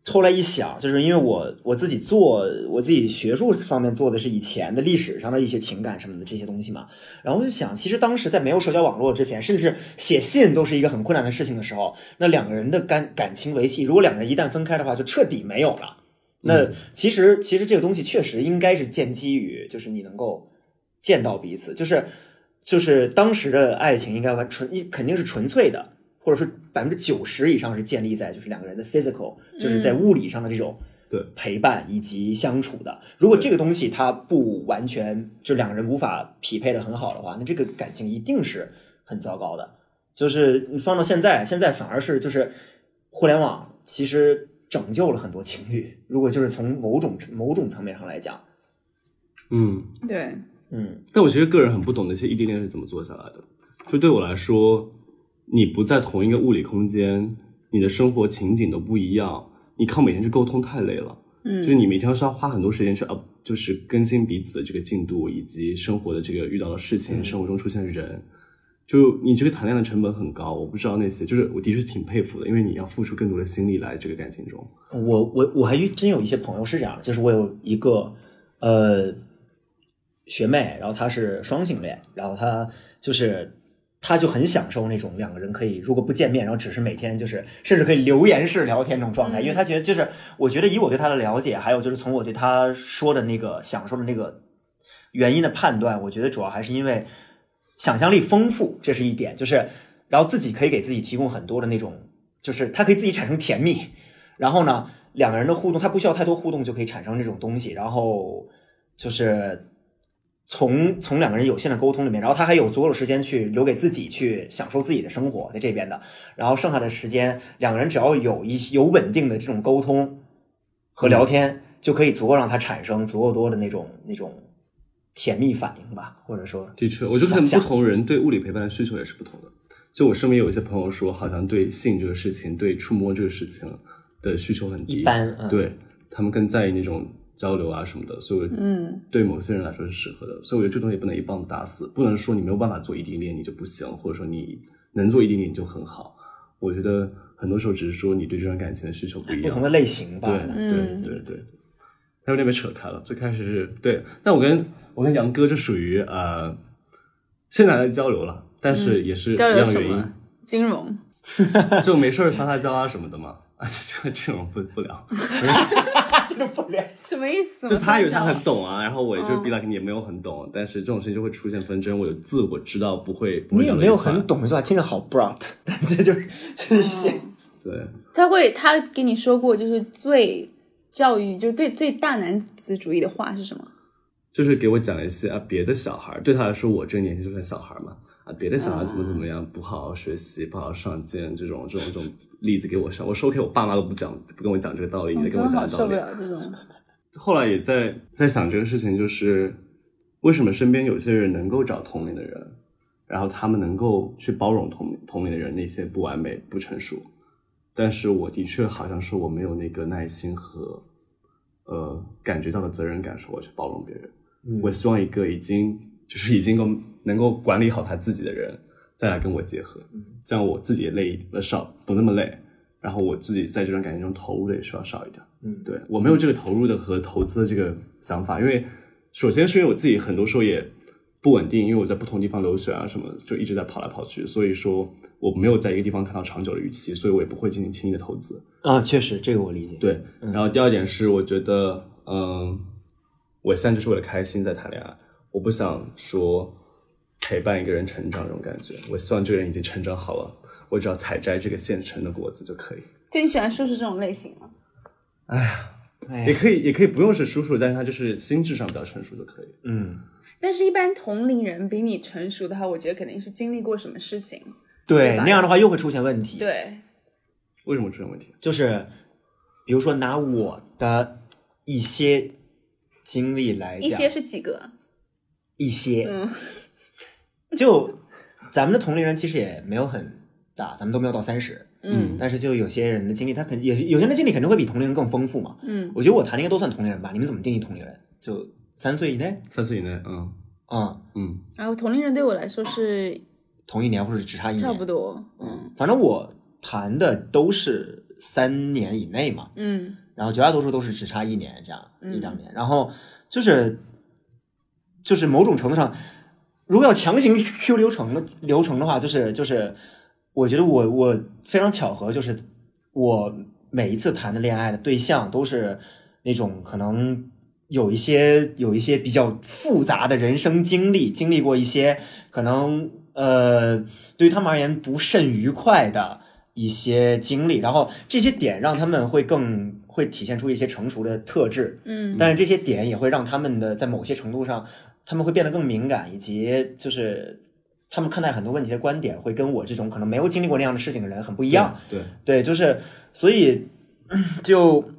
S3: 后来一想，就是因为我我自己做我自己学术方面做的是以前的历史上的一些情感什么的这些东西嘛，然后我就想，其实当时在没有社交网络之前，甚至写信都是一个很困难的事情的时候，那两个人的感感情维系，如果两个人一旦分开的话，就彻底没有了。那其实其实这个东西确实应该是建基于，就是你能够见到彼此，就是就是当时的爱情应该完纯，肯定是纯粹的，或者说百分之九十以上是建立在就是两个人的 physical，就是在物理上的这种
S1: 对
S3: 陪伴以及相处的。如果这个东西它不完全就两个人无法匹配的很好的话，那这个感情一定是很糟糕的。就是你放到现在，现在反而是就是互联网其实拯救了很多情侣。如果就是从某种某种层面上来讲，
S1: 嗯，
S2: 对，
S3: 嗯，
S1: 但我其实个人很不懂那些异地恋是怎么做下来的。就对我来说，你不在同一个物理空间，你的生活情景都不一样，你靠每天去沟通太累了。
S2: 嗯
S1: 就是你每天是要花很多时间去 up，就是更新彼此的这个进度，以及生活的这个遇到的事情，
S3: 嗯
S1: 生活中出现的人，就你这个谈恋爱的成本很高。我不知道那些，就是我的确挺佩服的，因为你要付出更多的心力来这个感情中。
S3: 我我我还真有一些朋友是这样的，就是我有一个呃学妹，然后她是双性恋，然后她就是她就很享受那种两个人可以如果不见面，然后只是每天就是甚至可以留言式聊天这种状态，因为她觉得就是我觉得以我对她的了解，还有就是从我对她说的那个享受的那个原因的判断，我觉得主要还是因为想象力丰富，这是一点，就是然后自己可以给自己提供很多的那种，就是她可以自己产生甜蜜。然后呢，两个人的互动，它不需要太多互动就可以产生这种东西。然后就是从从两个人有限的沟通里面，然后他还有足够的时间去留给自己去享受自己的生活，在这边的。然后剩下的时间，两个人只要有一有稳定的这种沟通和
S1: 嗯
S3: 聊天，就可以足够让他产生足够多的那种那种甜蜜反应吧，或者说，
S1: 的确，我觉得可能不同人对物理陪伴的需求也是不同的。就我身边有一些朋友说，好像对性这个事情、对触摸这个事情的需求很低，
S3: 一般嗯
S1: 对他们更在意那种交流啊什么的，所以我
S2: 嗯
S1: 对某些人来说是适合的。所以我觉得这东西也不能一棒子打死，不能说你没有办法做异地恋你就不行，或者说你能做异地恋你就很好。我觉得很多时候只是说你对这段感情的需求不一样，
S3: 不同的类型吧。
S1: 对
S2: 嗯
S1: 对对对，他有点被扯开了。最开始是对，那我跟我跟杨哥就属于呃，现在还在交流了，但是也是一
S2: 嗯交
S1: 样
S2: 流
S1: 的
S2: 什
S1: 原
S2: 么
S1: 因，？
S2: 金融，
S1: 就没事儿撒撒娇啊什么的嘛。 啊，这这种不不 聊，
S3: 这个不聊。
S2: 什么意思？
S1: 就他以为
S2: 有
S1: 他很懂啊，然后我也就是
S2: 嗯
S1: 逼到肯定也没有很懂，但是这种事情就会出现纷争，我有自我知道不会，不会
S3: 你也
S1: 聊得
S3: 没有
S1: 愉快
S3: 很懂的话，听着好 brat，但这就是这是一些、
S1: 对，
S2: 他会他跟你说过，就是最教育，就是对最大男子主义的话是什么？
S1: 就是给我讲一些啊别的小孩，儿，对他来说我这个年纪就算小孩儿嘛啊别的小孩儿怎么怎么样不好好学习不好好上进这种这种这种例子给我上，我说 OK 我爸妈都不讲不跟我讲这个道理，你在
S2: 我
S1: 跟我
S2: 哦真的
S1: 讲
S2: 好
S1: 这道
S2: 受不
S1: 理。
S2: 了这种。
S1: 后来也在在想这个事情，就是为什么身边有些人能够找同龄的人，然后他们能够去包容同同龄的人那些不完美不成熟，但是我的确好像是我没有那个耐心和呃感觉到的责任感时候，我去包容别人。
S3: 嗯
S1: 我希望一个已经就是已经够能够管理好他自己的人，再来跟我结合，这样我自己也累得少，不那么累，然后我自己在这段感情中投入的也需要少一点。
S3: 嗯，
S1: 对我没有这个投入的和投资的这个想法，因为首先是因为我自己很多时候也不稳定，因为我在不同地方留学啊什么的，就一直在跑来跑去，所以说我没有在一个地方看到长久的预期，所以我也不会进行轻易的投资。
S3: 啊，确实这个我理解。，
S1: 对，然后第二点是，我觉得，嗯，我现在就是为了开心在谈恋爱，我不想说陪伴一个人成长这种感觉，我希望这个人已经成长好了，我只要采摘这个现成的果子就可以。
S2: 就你喜欢舒适这种类型吗？
S3: 哎
S1: 也
S3: 呀，
S1: 可以，也可以不用是叔叔，但是他就是心智上比较成熟就可以。
S3: 嗯，
S2: 但是，一般同龄人比你成熟的话，我觉得肯定是经历过什么事情。
S3: 对，
S2: 吧
S3: 那样的话又会出现问题。，
S2: 对，
S1: 为什么出现问题？
S3: 就是比如说拿我的一些经历来讲，
S2: 一些是几个？
S3: 一些，
S2: 嗯
S3: 就咱们的同龄人其实也没有很大，咱们都没有到三十，
S2: 嗯
S3: 但是就有些人的经历，他肯也有些人的经历肯定会比同龄人更丰富嘛。
S2: 嗯，
S3: 我觉得我谈的应该都算同龄人吧？你们怎么定义同龄人？就三岁以内
S1: 三岁以内，嗯
S3: 啊、
S1: 嗯，
S2: 然后同龄人对我来说是
S3: 同一年或者只差一年，
S2: 差不多。嗯
S3: 反正我谈的都是三年以内嘛，
S2: 嗯
S3: 然后绝大多数都是只差一年这样、
S2: 嗯
S3: 一两年，然后就是就是某种程度上，如果要强行 Q 流程的流程的话，就是就是我觉得我我非常巧合，就是我每一次谈的恋爱的对象都是那种可能。有一些有一些比较复杂的人生经历，经历过一些可能呃对于他们而言不甚愉快的一些经历，然后这些点让他们会更会体现出一些成熟的特质，
S2: 嗯
S3: 但是这些点也会让他们的在某些程度上，他们会变得更敏感，以及就是他们看待很多问题的观点会跟我这种可能没有经历过那样的事情的人很不一
S1: 一
S3: 样。
S1: 对，
S3: 对，就是所以嗯就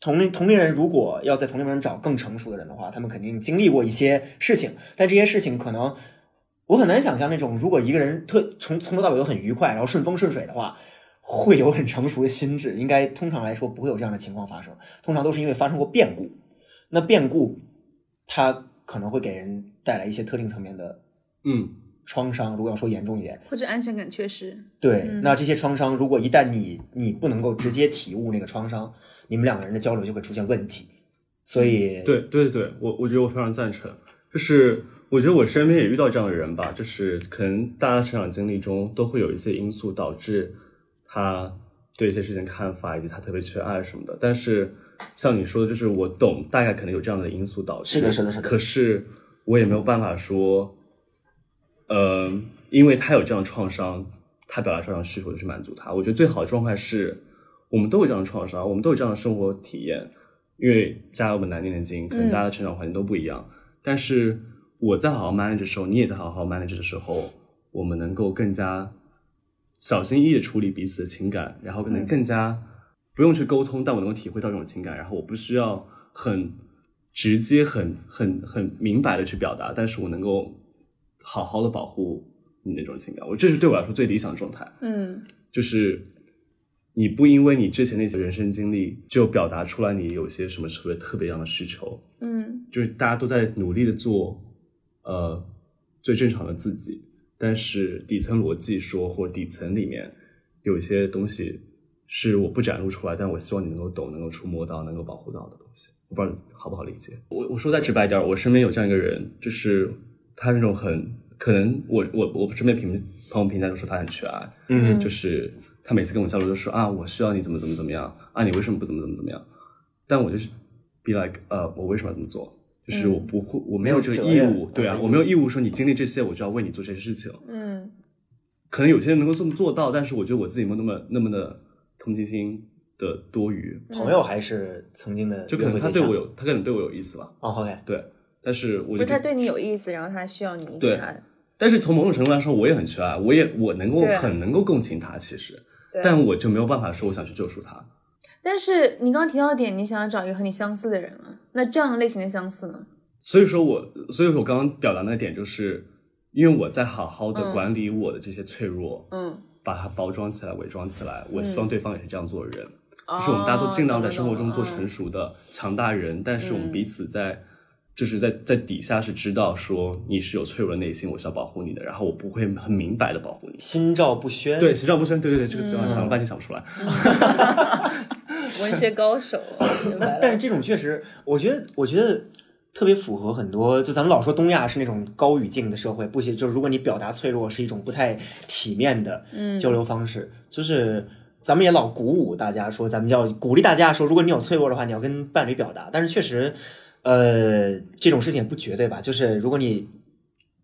S3: 同龄同龄人如果要在同龄人找更成熟的人的话，他们肯定经历过一些事情，但这些事情可能我很难想象那种如果一个人特从从头到尾都很愉快，然后顺风顺水的话。会有很成熟的心智，应该通常来说不会有这样的情况发生，通常都是因为发生过变故。那变故，它可能会给人带来一些特定层面的
S1: 嗯
S3: 创伤，如果要说严重一点，
S2: 或者安全感缺失。
S3: 对，
S2: 嗯
S3: 那这些创伤，如果一旦你你不能够直接体悟那个创伤，你们两个人的交流就会出现问题。所以，，
S1: 嗯对对对，我我觉得我非常赞成，就是我觉得我身边也遇到这样的人吧，就是可能大家成长经历中都会有一些因素导致他对一些事情看法以及他特别缺爱什么的，但是像你说的，就是我懂，大概可能有这样的因素导致，
S3: 是的是的是的
S1: 可是我也没有办法说，呃，因为他有这样的创伤，他表达出这样的需求就去满足他。我觉得最好的状态是，我们都有这样的创伤，我们都有这样的生活体验，因为家有本难念的经，可能大家的成长环境都不一样。但是我在好好 manage 的时候，你也在好好 manage 的时候，我们能够更加小心翼翼的处理彼此的情感，然后可能更加不用去沟通，但我能够体会到这种情感，然后我不需要很直接、很很很明白的去表达，但是我能够好好的保护你那种情感，我这是对我来说最理想的状态。
S2: 嗯
S1: 就是你不因为你之前那些人生经历就表达出来你有些什么特别特别样的需求，
S2: 嗯
S1: 就是大家都在努力的做呃最正常的自己，但是底层逻辑说或底层里面有一些东西是我不展露出来，但我希望你能够懂、能够触摸到、能够保护到的东西。我不知道你好不好理解。我我说再直白点儿，我身边有这样一个人，就是他那种很可能我我我身边评朋友评价就说他很缺爱，
S3: 嗯，
S1: 就是他每次跟我交流都说啊，我需要你怎么怎么怎么样啊，你为什么不怎么怎么怎么样？但我就是 be like，呃，我为什么要这么做？就是我不会，我没有这个
S3: 没有
S1: 义
S3: 责任
S1: 务，对啊
S3: 嗯，
S1: 我没有义务说你经历这些，我就要为你做这些事情。
S2: 嗯
S1: 可能有些人能够这么做到，但是我觉得我自己没有那么那么的同情心的多余，
S3: 朋友还是曾经的约会
S1: 就
S3: 象，
S1: 可能他对我有，他可能对我有意思吧，
S3: 哦，OK，
S1: 对。但是我
S2: 不
S1: 觉
S2: 是他
S1: 得，
S2: 对你有意思，然后他需要你给
S1: 对
S2: 他。
S1: 但是从某种程度来说，我也很缺爱，我也我能够
S2: 对啊
S1: 很能够共情他，其实，
S2: 对
S1: 但我就没有办法说我想去救赎他，
S2: 但是你刚刚提到的点，你想要找一个和你相似的人啊，那这样的类型的相似呢？
S1: 所以说我，所以说我刚刚表达那点，就是因为我在好好的
S2: 嗯
S1: 管理我的这些脆弱，
S2: 嗯
S1: 把它包装起来、伪装起来。我希望对方也是这样做的人，就是我们大家都尽量在
S2: 哦
S1: 生活中做
S2: 懂了嗯
S1: 成熟的强大人，但是我们彼此在。就是在在底下是知道说你是有脆弱的内心，我是要保护你的，然后我不会很明白的保护你。
S3: 心照不宣。
S1: 对，，心照不宣，对对对，这个
S2: 嗯
S1: 词我想了半天想不出来。
S2: 文学高手，啊明白
S3: 但
S2: 了
S3: 是。这种确实，我觉得，我觉得特别符合很多，就咱们老说东亚是那种高语境的社会，不行，就是如果你表达脆弱是一种不太体面的交流方式，就是。咱们也老鼓舞大家说，咱们要鼓励大家说，如果你有脆弱的话，你要跟伴侣表达。但是确实，呃，这种事情也不绝对吧。就是如果你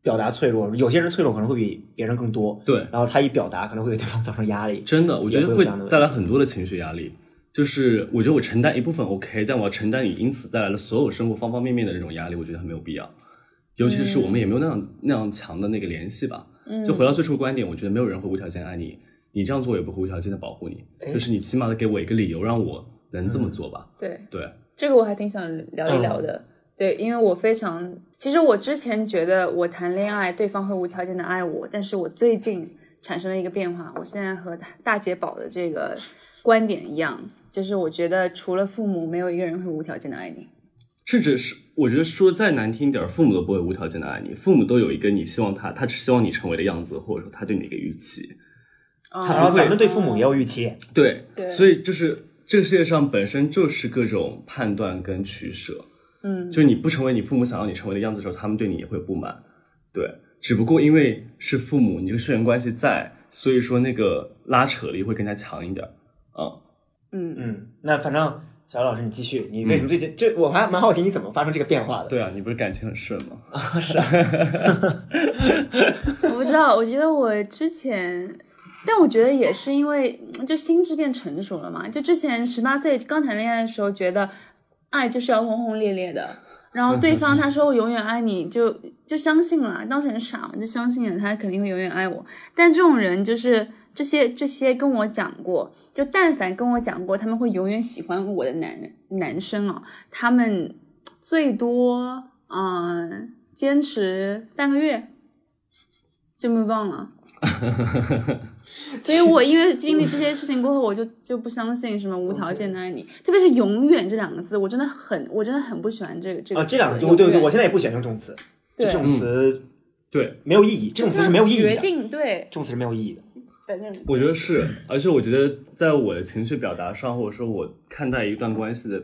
S3: 表达脆弱，有些人脆弱可能会比别人更多，
S1: 对，
S3: 然后他一表达可能会给对方造成压力。
S1: 真的，我觉
S3: 也会
S1: 得
S3: 有
S1: 会
S3: 这样的问
S1: 带来
S3: 题
S1: 很多的情绪压力。就是我觉得我承担一部分 OK，但我要承担你因此带来的所有生活方方面面的那种压力，我觉得很没有必要。尤其是我们也没有那样、那样强的那个联系吧。就回到最初的观点，我觉得没有人会无条件爱你，你这样做我也不会无条件的保护你，就是你起码得给我一个理由让我能这么做吧。
S2: 对，
S1: 对，
S2: 这个我还挺想聊一聊的。对，因为我非常，其实我之前觉得我谈恋爱，对方会无条件的爱我，但是我最近产生了一个变化，我现在和大大姐宝的这个观点一样，就是我觉得除了父母，没有一个人会无条件的爱你。
S1: 甚至是我觉得说再难听一点儿，父母都不会无条件的爱你，父母都有一个你希望他，他只希望你成为的样子，或者说他对你的一个预期。
S2: 哦啊
S3: 然后咱们对父母也有预期，
S1: 对，
S2: 对
S1: 所以就是这个世界上本身就是各种判断跟取舍，
S2: 嗯，
S1: 就是你不成为你父母想要你成为的样子的时候，他们对你也会不满，对，只不过因为是父母，你这个血缘关系在，所以说那个拉扯力会更加强一点，啊、
S2: 嗯，
S3: 嗯，那反正小姚老师，你继续，你为什么最近、这我还蛮好奇你怎么发生这个变化的？
S1: 对啊，你不是感情很顺吗？
S2: 我不知道，我觉得我之前，但我觉得也是因为嗯就心智变成熟了嘛。就之前十八岁刚谈恋爱的时候，觉得爱就是要轰轰烈烈的，然后对方他说我永远爱你，就就相信了。当时很傻嘛，就相信了他肯定会永远爱我。但这种人就是这些这些跟我讲过，就但凡跟我讲过他们会永远喜欢我的男人男生啊，他们最多嗯、坚持半个月就 move on 了。所以，我因为经历这些事情过后，我就就不相信什么无条件的爱你，特别是“永远”这两个字，我真的很，我真的很不喜欢这个这个
S3: 啊，
S2: 词
S3: 这两个对对
S2: 永
S3: 对，
S2: 远
S3: 我现在也不喜欢用这种词，就
S2: 对
S3: 这种词
S1: 对，
S3: 没有意义，这种词是没有意义的，
S2: 决
S3: 这
S2: 定对，
S3: 种词是没有意义的。
S2: 反正
S1: 我觉得是，而且我觉得在我的情绪表达上，或者说我看待一段关系的，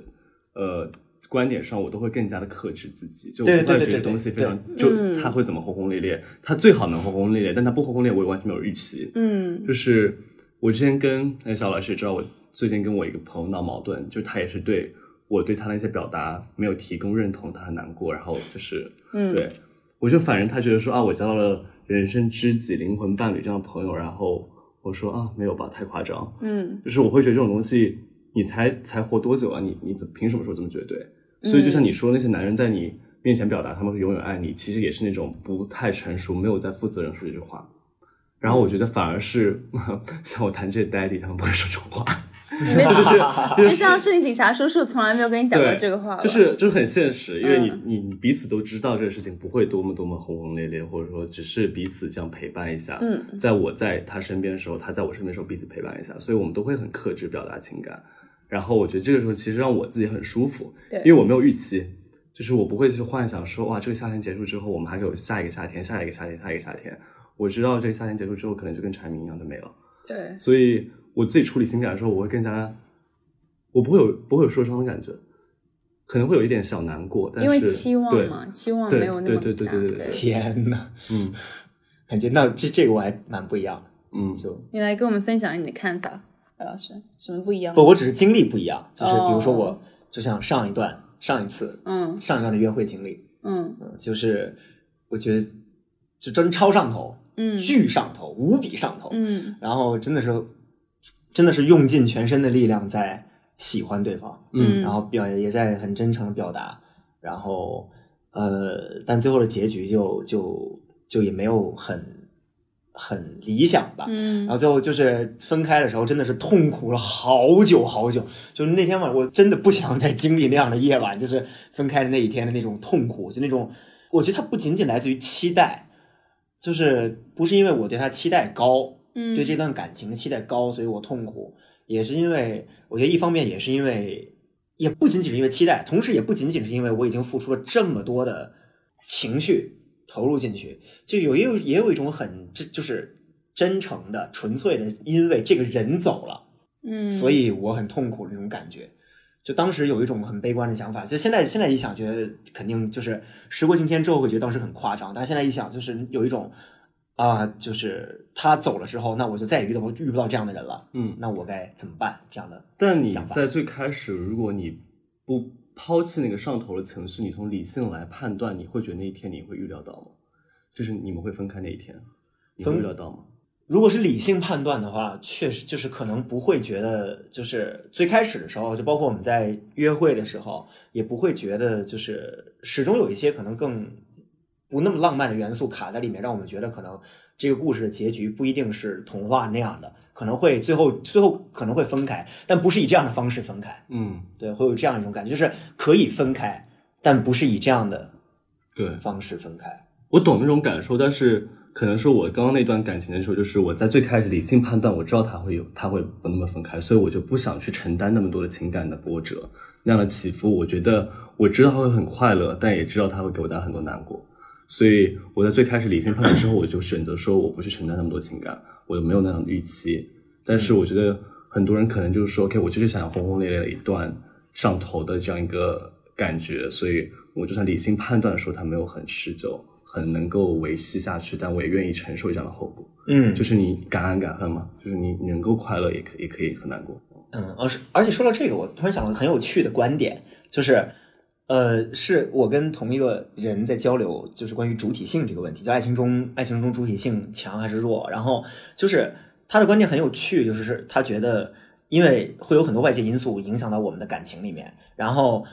S1: 呃。观点上，我都会更加的克制自己，就我
S3: 对
S1: 不会
S3: 对对
S1: 觉得
S3: 对
S1: 东西非
S3: 对
S1: 常，
S2: 嗯
S1: 就他会怎么轰轰烈烈，他最好能轰轰烈烈，但他不轰轰烈，我也完全没有预期。
S2: 嗯
S1: 就是我之前跟那小老师也知道，我最近跟我一个朋友闹矛盾，就是他也是对我对他的一些表达没有提供认同，他很难过，然后就是
S2: 嗯
S1: 对，我就反正他觉得说啊，我交到了人生知己、灵魂伴侣这样的朋友，然后我说啊，没有吧，太夸张。
S2: 嗯
S1: 就是我会觉得这种东西，你才才活多久啊？你你怎凭什么说这么绝对？所以就像你说，那些男人在你面前表达他们会永远爱你，其实也是那种不太成熟、没有在负责任说这句话。然后我觉得反而是 像我谈这些 daddy，他们不会说这种话，
S2: 就像是你警察叔叔从来没有跟你讲过
S1: 对，
S2: 这个话吧，
S1: 就是就是很现实，因为你你你彼此都知道这个事情不会多么多么轰轰烈烈，或者说只是彼此这样陪伴一下。
S2: 嗯，
S1: 在我在他身边的时候，他在我身边的时候，彼此陪伴一下，所以我们都会很克制表达情感。然后我觉得这个时候其实让我自己很舒服，
S2: 对
S1: 因为我没有预期，就是我不会去幻想说哇，这个夏天结束之后，我们还有下一个夏天、下一个夏天、下一个夏天。我知道这个夏天结束之后，可能就跟蝉鸣一样就没了。
S2: 对，
S1: 所以我自己处理情感的时候，我会更加，我不会有不会有受伤的感觉，可能会有一点小难过，但是
S2: 因为期望
S1: 对
S2: 嘛，期望
S1: 对
S2: 没有那么大，
S1: 对对对对对对
S3: 天呐，
S1: 嗯
S3: 感觉那这这个我还蛮不一样的，
S1: 嗯，
S3: 就
S2: 你来跟我们分享你的看法，白老师，什么不一样？
S3: 不，我只是经历不一样，就是比如说
S2: 哦
S3: 我，就像上一段、上一次、
S2: 嗯
S3: 上一段的约会经历，
S2: 嗯
S3: 嗯，就是我觉得就真超上头，
S2: 嗯
S3: 巨上头，无比上头，
S2: 嗯
S3: 然后真的是，真的是用尽全身的力量在喜欢对方，
S1: 嗯
S3: 然后表也在很真诚的表达，然后呃，但最后的结局就就就也没有很很理想吧。
S2: 嗯
S3: 然后最后就是分开的时候，真的是痛苦了好久好久。就是那天晚上，我真的不想再经历那样的夜晚，就是分开的那一天的那种痛苦，就那种，我觉得它不仅仅来自于期待，就是不是因为我对他期待高，
S2: 嗯，
S3: 对这段感情的期待高，所以我痛苦，也是因为我觉得一方面也是因为，也不仅仅是因为期待，同时也不仅仅是因为我已经付出了这么多的情绪投入进去，就有也有也有一种很这就是真诚的、纯粹的，因为这个人走了，
S2: 嗯，
S3: 所以我很痛苦的那种感觉。就当时有一种很悲观的想法，就现在现在一想，觉得肯定就是时过境迁之后会觉得当时很夸张，但是现在一想，就是有一种啊、就是他走了之后，那我就再也遇到遇不到这样的人了，
S1: 嗯，
S3: 那我该怎么办？这样的
S1: 但你
S3: 想法
S1: 在最开始，如果你不抛弃那个上头的情绪，你从理性来判断，你会觉得那一天你会预料到吗？就是你们会分开那一天，你会
S3: 分
S1: 预料到吗？
S3: 如果是理性判断的话，确实就是可能不会觉得，就是最开始的时候，就包括我们在约会的时候，也不会觉得，就是始终有一些可能更不那么浪漫的元素卡在里面，让我们觉得可能这个故事的结局不一定是童话那样的，可能会最后最后可能会分开，但不是以这样的方式分开，
S1: 嗯，
S3: 对，会有这样一种感觉，就是可以分开，但不是以这样的
S1: 对，
S3: 方式分开。
S1: 我懂那种感受，但是可能是我刚刚那段感情的时候，就是我在最开始理性判断，我知道他会有，他会不那么分开，所以我就不想去承担那么多的情感的波折，那样的起伏。我觉得我知道他会很快乐，但也知道他会给我带来很多难过，所以我在最开始理性判断之后，我就选择说我不去承担那么多情感，我就没有那样的预期。但是我觉得很多人可能就是说，OK，我就是想要轰轰烈烈的一段上头的这样一个感觉，所以我就算理性判断说它没有很持久，很能够维系下去，但我也愿意承受这样的后果。
S3: 嗯
S1: 就是你敢爱敢恨嘛，就是你你能够快乐，也可也可以很难过。
S3: 嗯，而是而且说到这个，我突然想到很有趣的观点，就是，呃，是我跟同一个人在交流，就是关于主体性这个问题，就爱情中爱情中主体性强还是弱？然后就是他的观点很有趣，就是是他觉得，因为会有很多外界因素影响到我们的感情里面，然后，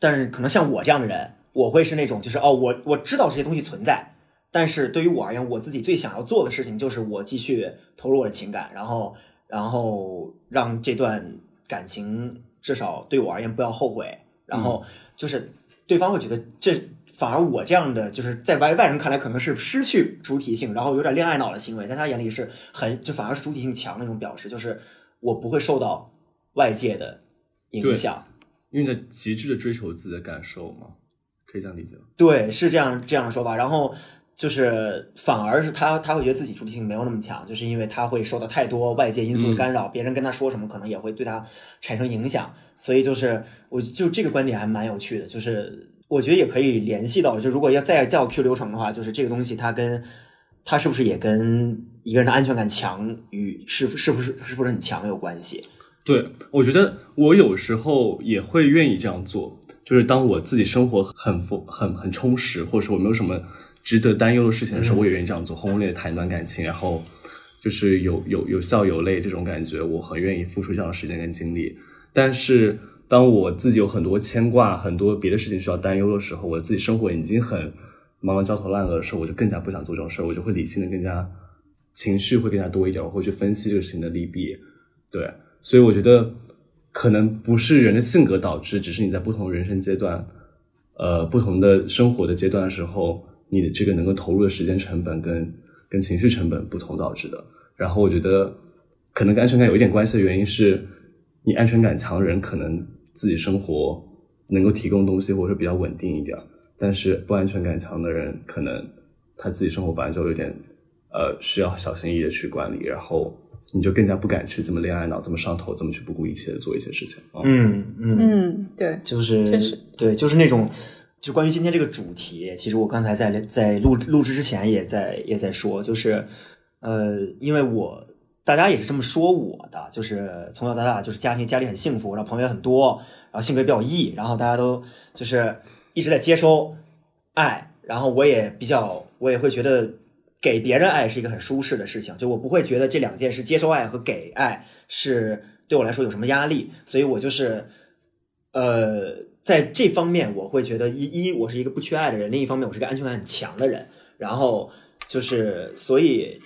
S3: 但是可能像我这样的人，我会是那种就是哦，我我知道这些东西存在，但是对于我而言，我自己最想要做的事情就是我继续投入我的情感，然后然后让这段感情至少对我而言不要后悔，然后就是对方会觉得这。反而我这样的就是在外外人看来可能是失去主体性，然后有点恋爱脑的行为，在他眼里是很就反而是主体性强的那种表示，就是我不会受到外界的影
S1: 对
S3: 响，
S1: 因为你在极致的追求自己的感受嘛，可以这样理解吗？
S3: 对，是这样这样的说法。然后就是反而是他他会觉得自己主体性没有那么强，就是因为他会受到太多外界因素的干扰，别人跟他说什么可能也会对他产生影响。所以就是我就这个观点还蛮有趣的，就是我觉得也可以联系到，就如果要再叫 Q 流程的话，就是这个东西它跟它是不是也跟一个人的安全感强与是是不是是不是很强有关系？
S1: 对，我觉得我有时候也会愿意这样做，就是当我自己生活很丰、很很充实，或者说我没有什么值得担忧的事情的时候，我也愿意这样做，轰轰烈烈地谈一段感情，然后就是有有有笑有泪这种感觉，我很愿意付出这样的时间跟精力。但是当我自己有很多牵挂、很多别的事情需要担忧的时候，我自己生活已经很忙得焦头烂额的时候，我就更加不想做这种事儿，我就会理性的更加情绪会更加多一点，我会去分析这个事情的利弊。对，所以我觉得可能不是人的性格导致，只是你在不同人生阶段，呃，不同的生活的阶段的时候，你的这个能够投入的时间成本跟跟情绪成本不同导致的。然后我觉得可能跟安全感有一点关系的原因是，你安全感强的人可能自己生活能够提供东西，或者说比较稳定一点，但是不安全感强的人可能他自己生活本来就有点呃需要小心翼翼的去管理，然后你就更加不敢去这么恋爱脑、这么上头、这么去不顾一切的做一些事情啊。
S3: 嗯嗯
S2: 嗯，对，
S3: 就是
S2: 确实
S3: 对，就是那种，就关于今天这个主题，其实我刚才在在录录制之前也在也在说，就是呃，因为我大家也是这么说我的，就是从小到大就是家庭家里很幸福，然后朋友也很多，然后性格也比较 E，然后大家都就是一直在接收爱，然后我也比较我也会觉得。给别人爱是一个很舒适的事情，就我不会觉得这两件事，接收爱和给爱是对我来说有什么压力，所以我就是呃，在这方面我会觉得一一我是一个不缺爱的人，另一方面我是个安全感很强的人，然后就是所以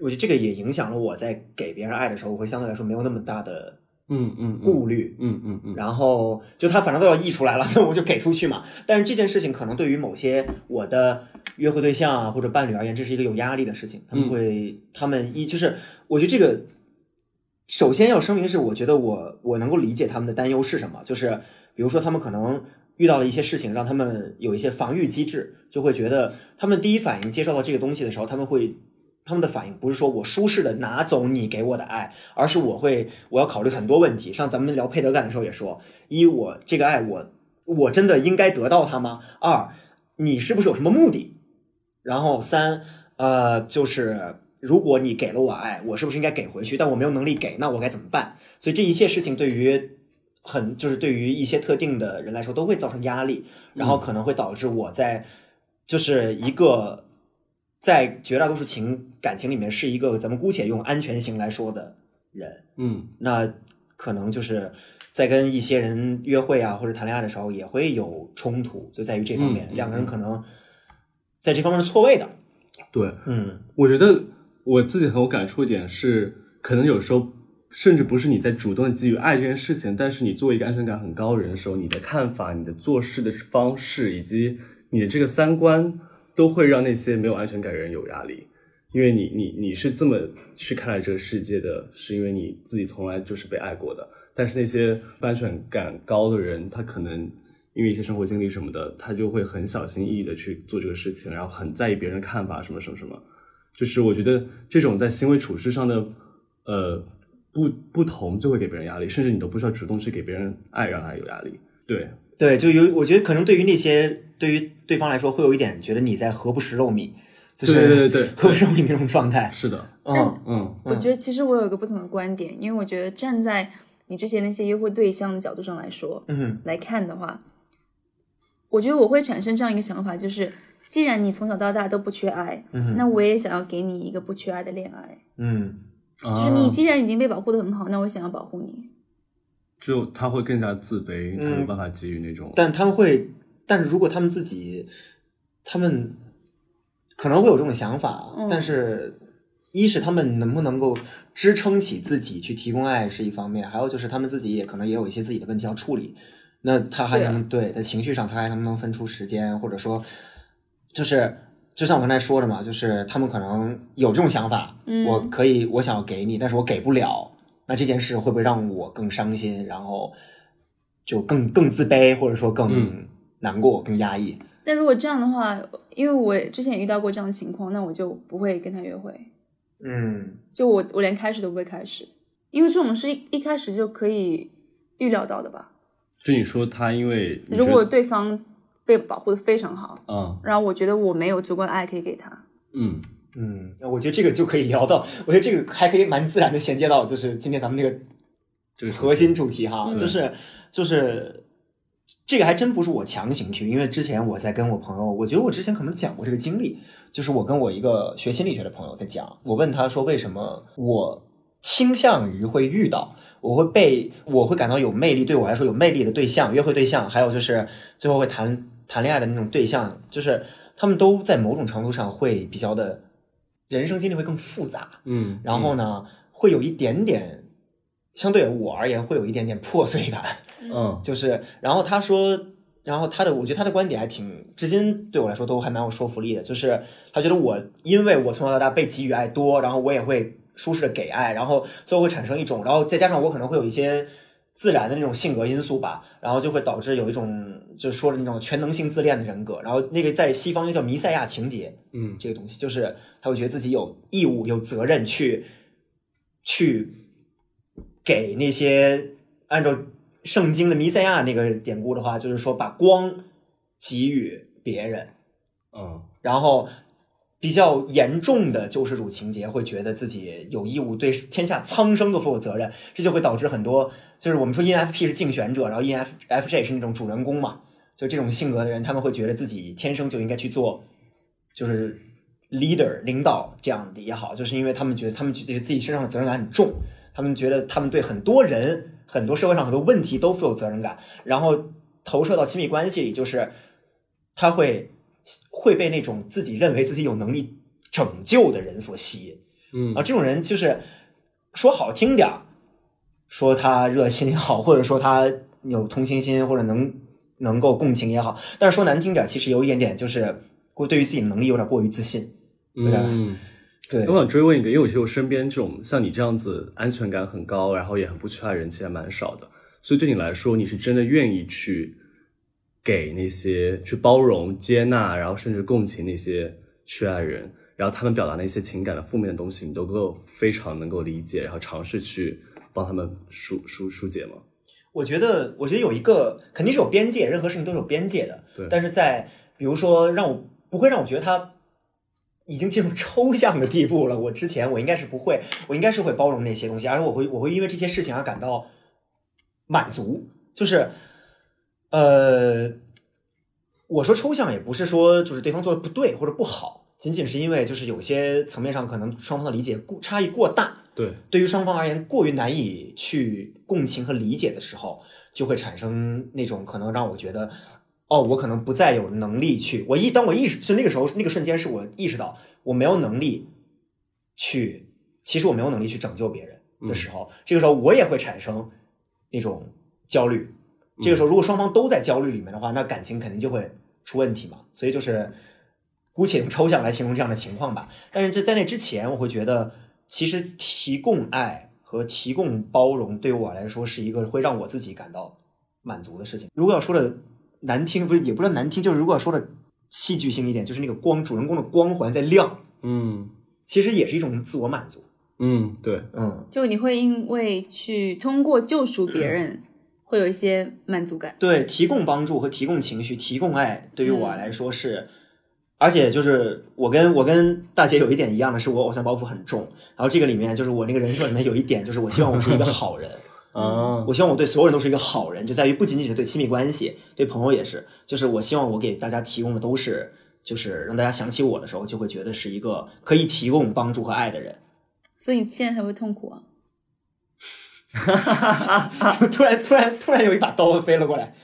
S3: 我觉得这个也影响了我在给别人爱的时候，我会相对来说没有那么大的
S1: 嗯嗯
S3: 顾虑，
S1: 嗯嗯嗯
S3: 然后就他反正都要溢出来了，那我就给出去嘛。但是这件事情可能对于某些我的约会对象啊或者伴侣而言，这是一个有压力的事情，他们会、他们一就是我觉得这个首先要声明是，我觉得我我能够理解他们的担忧是什么，就是比如说他们可能遇到了一些事情，让他们有一些防御机制，就会觉得他们第一反应接受到这个东西的时候，他们会他们的反应不是说我舒适的拿走你给我的爱，而是我会我要考虑很多问题。像咱们聊配得感的时候也说，一我这个爱我我真的应该得到它吗？二你是不是有什么目的？然后三呃就是。如果你给了我爱，我是不是应该给回去？但我没有能力给，那我该怎么办？所以这一切事情对于很就是对于一些特定的人来说都会造成压力，然后可能会导致我在就是一个在绝大多数情感情里面是一个咱们姑且用安全型来说的人，
S1: 嗯，
S3: 那可能就是在跟一些人约会啊或者谈恋爱的时候也会有冲突，就在于这方面，
S1: 嗯嗯
S3: 两个人可能在这方面是错位的，
S1: 对，
S3: 嗯
S1: 我觉得我自己很有感触一点是，可能有时候甚至不是你在主动地给予爱这件事情，但是你作为一个安全感很高的人的时候，你的看法、你的做事的方式以及你的这个三观，都会让那些没有安全感的人有压力。因为你你你是这么去看待这个世界的，是因为你自己从来就是被爱过的。但是那些安全感高的人，他可能因为一些生活经历什么的，他就会很小心翼翼的去做这个事情，然后很在意别人的看法什么什么什么。就是我觉得这种在行为处事上的呃不不同，就会给别人压力，甚至你都不需要主动去给别人爱，让他有压力。对，
S3: 对，就有我觉得可能对于那些对于对方来说，会有一点觉得你在何不食肉糜，就是
S1: 对对对 对
S3: 何不食肉糜那种状态。
S1: 是的，
S3: 嗯，
S1: 嗯
S2: 我觉得其实我有一个不同的观点，因为我觉得站在你之前那些约会对象的角度上来说，
S3: 嗯
S2: 来看的话，我觉得我会产生这样一个想法，就是既然你从小到大都不缺爱，
S3: 嗯
S2: 那我也想要给你一个不缺爱的恋爱。
S3: 嗯，
S2: 就是你
S1: 啊
S2: 既然已经被保护的很好，那我想要保护你。
S1: 就他会更加自卑，他没有办法给予那种。
S3: 但他们会，但是如果他们自己，他们可能会有这种想法，
S2: 嗯
S3: 但是一是他们能不能够支撑起自己去提供爱是一方面，还有就是他们自己也可能也有一些自己的问题要处理。那他还
S2: 对啊
S3: 能对在情绪上，他还能不能分出时间，或者说，就是就像我刚才说的嘛，就是他们可能有这种想法，
S2: 嗯
S3: 我可以我想要给你，但是我给不了，那这件事会不会让我更伤心，然后就更更自卑，或者说更
S1: 嗯
S3: 难过、更压抑？
S2: 但如果这样的话，因为我之前也遇到过这样的情况，那我就不会跟他约会，
S3: 嗯
S2: 就我我连开始都不会开始，因为这种是一一开始就可以预料到的吧。
S1: 就你说他因为你觉
S2: 如
S1: 得
S2: 果对方被保护的非常好，
S1: 啊
S2: 然后我觉得我没有足够的爱可以给他，
S1: 嗯
S3: 嗯，我觉得这个就可以聊到，我觉得这个还可以蛮自然的衔接到，就是今天咱们这个
S1: 这个
S3: 核心主题哈，
S1: 嗯
S3: 就是就是这个还真不是我强行去，因为之前我在跟我朋友，我觉得我之前可能讲过这个经历，就是我跟我一个学心理学的朋友在讲，我问他说为什么我倾向于会遇到。我会被，我会感到有魅力，对我来说有魅力的对象，约会对象，还有就是最后会谈谈恋爱的那种对象，就是他们都在某种程度上会比较的，人生经历会更复杂。
S1: 嗯，
S3: 然后呢，会有一点点，相对我而言会有一点点破碎感，
S1: 嗯
S3: 就是，然后他说，然后他的，我觉得他的观点还挺，至今对我来说都还蛮有说服力的，就是他觉得我，因为我从小到大被给予爱多，然后我也会舒适的给爱，然后最后会产生一种，然后再加上我可能会有一些。自然的那种性格因素吧，然后就会导致有一种就说的那种全能性自恋的人格，然后那个在西方又叫弥赛亚情节，
S1: 嗯
S3: 这个东西，就是他会觉得自己有义务、有责任去去给那些按照圣经的弥赛亚那个典故的话，就是说把光给予别人，
S1: 嗯
S3: 然后比较严重的救世主情节，会觉得自己有义务对天下苍生都负有责任，这就会导致很多，就是我们说 E INFP 是竞选者，然后 E INFJ 是那种主人公嘛，就这种性格的人，他们会觉得自己天生就应该去做，就是。leader 领导这样的也好，就是因为他们觉得他们觉得自己身上的责任感很重，他们觉得他们对很多人、很多社会上很多问题都负有责任感，然后投射到亲密关系里，就是他会会被那种自己认为自己有能力拯救的人所吸引。
S1: 嗯
S3: 啊，这种人就是说好听点儿，说他热心也好，或者说他有同情心，或者能能够共情也好，但是说难听点儿，其实有一点点就是过对于自己的能力有点过于自信。
S1: 嗯
S3: 对
S1: 我，想追问一个，因为我觉得我身边这种像你这样子安全感很高，然后也很不缺爱人，其实还蛮少的。所以对你来说，你是真的愿意去给那些去包容、接纳，然后甚至共情那些缺爱人，然后他们表达那些情感的负面的东西，你都够非常能够理解，然后尝试去帮他们疏疏疏解吗？
S3: 我觉得，我觉得有一个肯定是有边界，任何事情都是有边界的。
S1: 对
S3: 但是在比如说让我不会让我觉得他已经进入抽象的地步了。我之前我应该是不会，我应该是会包容那些东西，而且我会我会因为这些事情而感到满足。就是，呃，我说抽象也不是说就是对方做的不对或者不好，仅仅是因为就是有些层面上可能双方的理解过差异过大，
S1: 对，
S3: 对于双方而言过于难以去共情和理解的时候，就会产生那种可能让我觉得，哦，我可能不再有能力去，我一当我意识就那个时候那个瞬间是我意识到我没有能力去，其实我没有能力去拯救别人的时候，这个时候我也会产生那种焦虑。这个时候如果双方都在焦虑里面的话，那感情肯定就会出问题嘛。所以就是姑且用抽象来形容这样的情况吧。但是这在那之前，我会觉得其实提供爱和提供包容对我来说是一个会让我自己感到满足的事情。如果要说的难听，不是也不是难听，就是如果要说的戏剧性一点，就是那个光主人公的光环在亮，
S1: 嗯
S3: 其实也是一种自我满足。
S1: 嗯，对，
S3: 嗯，
S2: 就你会因为去通过救赎别 人，会有一些满足感。
S3: 对，提供帮助和提供情绪、提供爱，对于我
S2: 嗯
S3: 来说是，而且就是我跟我跟大姐有一点一样的是，我偶像包袱很重。然后这个里面就是我那个人设里面有一点，就是我希望我是一个好人，
S1: 啊，
S3: 我希望我对所有人都是一个好人，就在于不仅仅是对亲密关系，对朋友也是，就是我希望我给大家提供的都是，就是让大家想起我的时候就会觉得是一个可以提供帮助和爱的人。
S2: 所以你现在才会痛苦啊！
S3: 突然突然突然有一把刀飞了过来，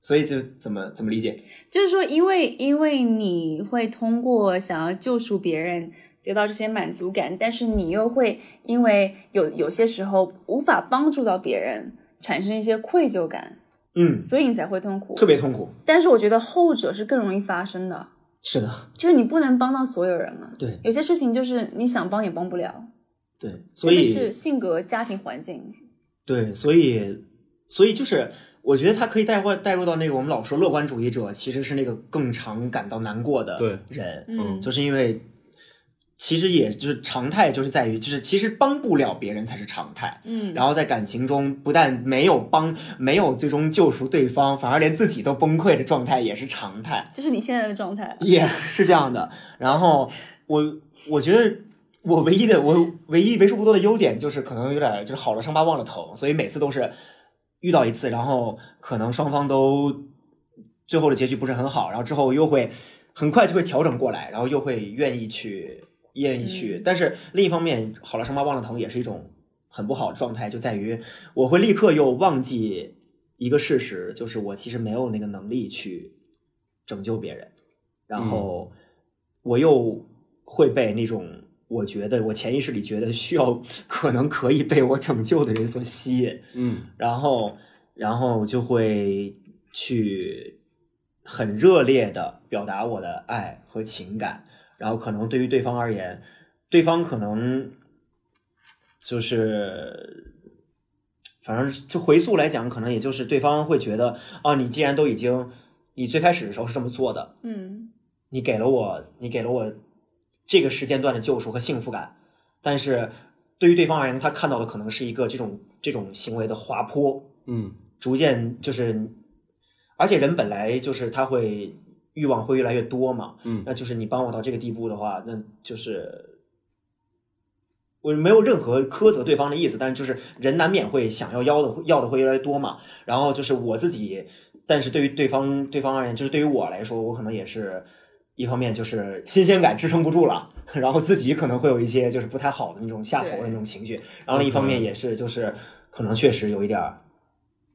S3: 所以就怎么怎么理解？
S2: 就是说，因为因为你会通过想要救赎别人得到这些满足感，但是你又会因为有有些时候无法帮助到别人，产生一些愧疚感，
S3: 嗯，
S2: 所以你才会痛苦
S3: 特。别痛苦。
S2: 但是我觉得后者是更容易发生的，
S3: 是的，
S2: 就是你不能帮到所有人啊。
S3: 对
S2: 有些事情就是你想帮也帮不了，
S3: 对，所
S2: 真的
S3: 以
S2: 是性格、家庭环境。
S3: 对，所以，所以就是，我觉得他可以带入带入到那个我们老说乐观主义者其实是那个更常感到难过的
S1: 对
S3: 人，
S1: 嗯
S3: 就是因为其实也就是常态，就是在于就是其实帮不了别人才是常态。
S2: 嗯
S3: 然后在感情中，不但没有帮，没有最终救赎对方，反而连自己都崩溃的状态也是常态。
S2: 就是你现在的状态。
S3: 也是这样的。然后我我觉得我唯一的我唯一为数不多的优点就是可能有点就是好了伤疤忘了疼，所以每次都是遇到一次，然后可能双方都最后的结局不是很好，然后之后又会很快就会调整过来，然后又会愿意去愿意去。但是另一方面，好了伤疤忘了疼也是一种很不好的状态，就在于我会立刻又忘记一个事实，就是我其实没有那个能力去拯救别人，然后我又会被那种。我觉得我潜意识里觉得需要可能可以被我拯救的人所吸引，
S1: 嗯
S3: 然后然后就会去很热烈的表达我的爱和情感，然后可能对于对方而言，对方可能就是。反正就回溯来讲，可能也就是对方会觉得，啊，你既然都已经，你最开始的时候是这么做的，
S2: 嗯
S3: 你给了我，你给了我这个时间段的救赎和幸福感，但是对于对方而言，他看到的可能是一个这种这种行为的滑坡，
S1: 嗯
S3: 逐渐就是，而且人本来就是他会欲望会越来越多嘛，
S1: 嗯
S3: 那就是你帮我到这个地步的话，那就是我没有任何苛责对方的意思，但是就是人难免会想要要的要的会越来越多嘛。然后就是我自己，但是对于对方对方而言，就是对于我来说，我可能也是一方面就是新鲜感支撑不住了，然后自己可能会有一些就是不太好的那种下头的那种情绪，然后另一方面也是就是可能确实有一点儿。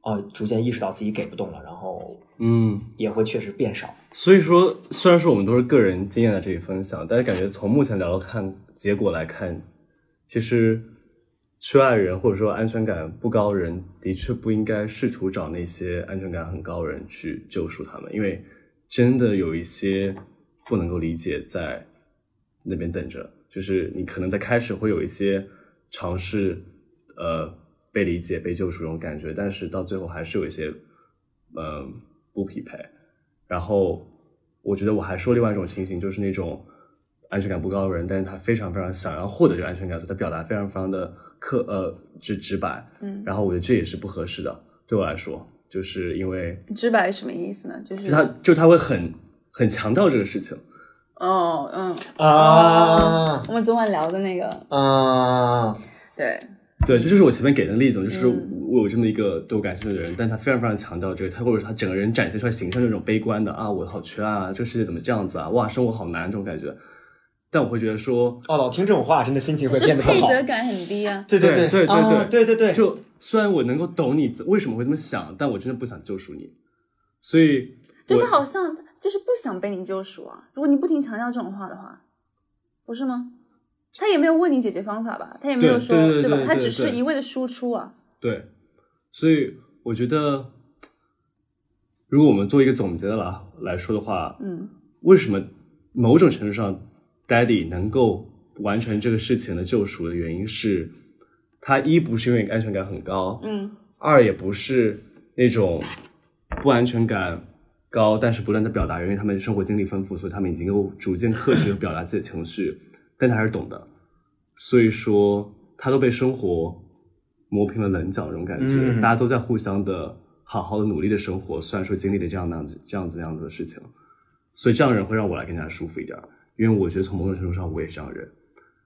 S3: 呃，逐渐意识到自己给不动了，然后
S1: 嗯。
S3: 也会确实变少。
S1: 所以说，虽然说我们都是个人经验在这里分享，但是感觉从目前聊到看结果来看，其实缺爱人或者说安全感不高的人，的确不应该试图找那些安全感很高的人去救赎他们，因为真的有一些不能够理解在那边等着。就是你可能在开始会有一些尝试，呃，被理解、被救赎这种感觉，但是到最后还是有一些，嗯、不匹配。然后我觉得我还说另外一种情形，就是那种安全感不高的人，但是他非常非常想要获得这个安全感，他表达非常非常的刻呃直直白，
S2: 嗯，
S1: 然后我觉得这也是不合适的，对我来说，就是因为
S2: 直白是什么意思呢？就是
S1: 就他就他会很很强调这个事情，
S2: 哦，嗯，
S1: 哦
S3: 啊
S2: 我们昨晚聊的那个，
S3: 啊！
S2: 对，
S1: 对，这就是我前面给的例子，就是
S2: 嗯
S1: 我有这么一个对我感兴趣的人，但他非常非常强调这个，他或者他整个人展现出来形象就是那种悲观的啊，我好缺爱啊，这个世界怎么这样子啊，哇，生活好难这种感觉，但我会觉得说，
S3: 哦，老听这种话，真的心情
S2: 就
S3: 会
S2: 是
S3: 变得不
S2: 配
S3: 好。
S2: 得感很低啊。
S3: 对对
S1: 对对对
S3: 啊对对对，
S1: 就虽然我能够懂你为什么会这么想，但我真的不想救赎你，所以
S2: 就
S1: 我
S2: 他好像就是不想被你救赎啊。如果你不停强调这种话的话，不是吗？他也没有问你解决方法吧？他也没有
S1: 对
S2: 说，
S1: 对对
S2: 吧
S1: 对？
S2: 他
S1: 对
S2: 只是
S1: 对
S2: 一味的输出啊。
S1: 对，所以我觉得，如果我们做一个总结的来来说的话，
S2: 嗯，
S1: 为什么某种程度上，Daddy 能够完成这个事情的救赎的原因是，他一不是因为安全感很高，
S2: 嗯，
S1: 二也不是那种不安全感高，但是不断的表达，因为他们生活经历丰富，所以他们已经够逐渐克制表达自己的情绪，但他还是懂的，所以说他都被生活磨平了棱角，这种感觉，
S3: 嗯
S1: 大家都在互相的好好的努力的生活，虽然说经历了这样那样子这样子那样子的事情，所以这样的人会让我来更加舒服一点儿，因为我觉得从某种程度上我也是这样的人，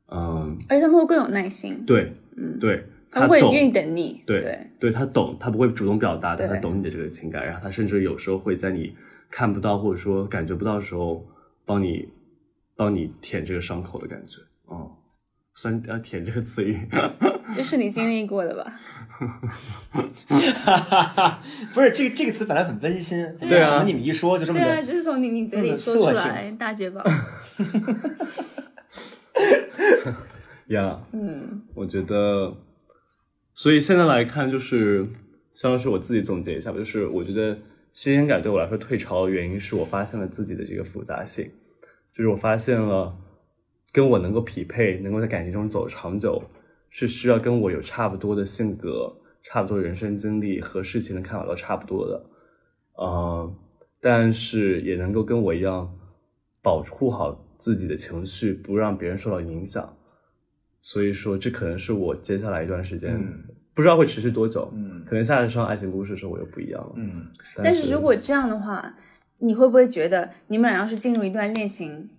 S1: 嗯，
S2: 而且他们会更有耐心，
S1: 对
S2: 嗯，
S1: 对，
S2: 他们
S1: 懂
S2: 会。愿意等你，
S1: 对，
S2: 对，
S1: 他懂，他不会主动表达，但他
S2: 对
S1: 懂你的这个情感，然后他甚至有时候会在你看不到或者说感觉不到的时候，帮你帮你舔这个伤口的感觉，嗯，虽然要舔这个词语，
S2: 这是你经历过的吧？
S3: 不是这个这个词本来很温馨，怎么
S1: 对啊
S3: 怎么你们一说就这么
S2: 对啊，
S3: 的
S2: 就是从你你嘴里说
S3: 这
S2: 出
S3: 么刺
S2: 来，大解 宝。
S1: 呀、
S2: 嗯，
S1: 我觉得，所以现在来看，就是相当是我自己总结一下吧，就是我觉得新鲜感对我来说退潮的原因是我发现了自己的这个复杂性，就是我发现了跟我能够匹配、能够在感情中走长久，是需要跟我有差不多的性格、差不多的人生经历和事情的看法都差不多的，呃，但是也能够跟我一样保护好自己的情绪，不让别人受到影响。所以说，这可能是我接下来一段时间，
S3: 嗯
S1: 不知道会持续多久。
S3: 嗯
S1: 可能下一上爱情故事的时候，我又不一样了。
S3: 嗯，
S2: 但是如果这样的话，你会不会觉得你们俩要是进入一段恋情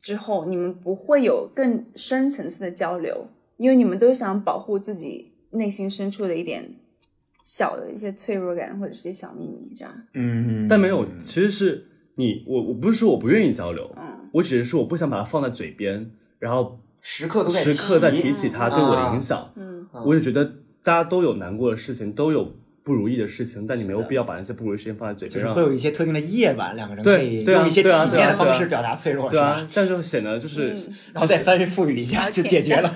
S2: 之后，你们不会有更深层次的交流，因为你们都想保护自己内心深处的一点小的一些脆弱感或者是一些小秘密，这样。
S3: 嗯，
S1: 但没有，其实是你我我不是说我不愿意交流，
S2: 嗯，
S1: 我只是说我不想把它放在嘴边，然后
S3: 时刻都在
S1: 时刻在提起
S2: 起
S1: 它对我的影响。
S2: 嗯，
S3: 啊
S1: 我也觉得大家都有难过的事情，都有不如意的事情，但你没有
S2: 是的
S1: 必要把那些不如意的事情放在嘴
S3: 就
S1: 边
S3: 是
S1: 上
S3: 会。有一些特定的夜晚，两个人
S1: 对
S3: 可以
S1: 对啊
S3: 用一些体
S1: 对啊对啊
S3: 面的
S1: 对啊
S3: 方式表达脆弱，
S1: 对
S3: 是
S1: 啊
S3: 吧？，
S1: 这样就显得就是、
S2: 嗯
S3: 然后再翻云覆雨一下
S2: 了
S3: 就
S2: 解
S3: 解决了。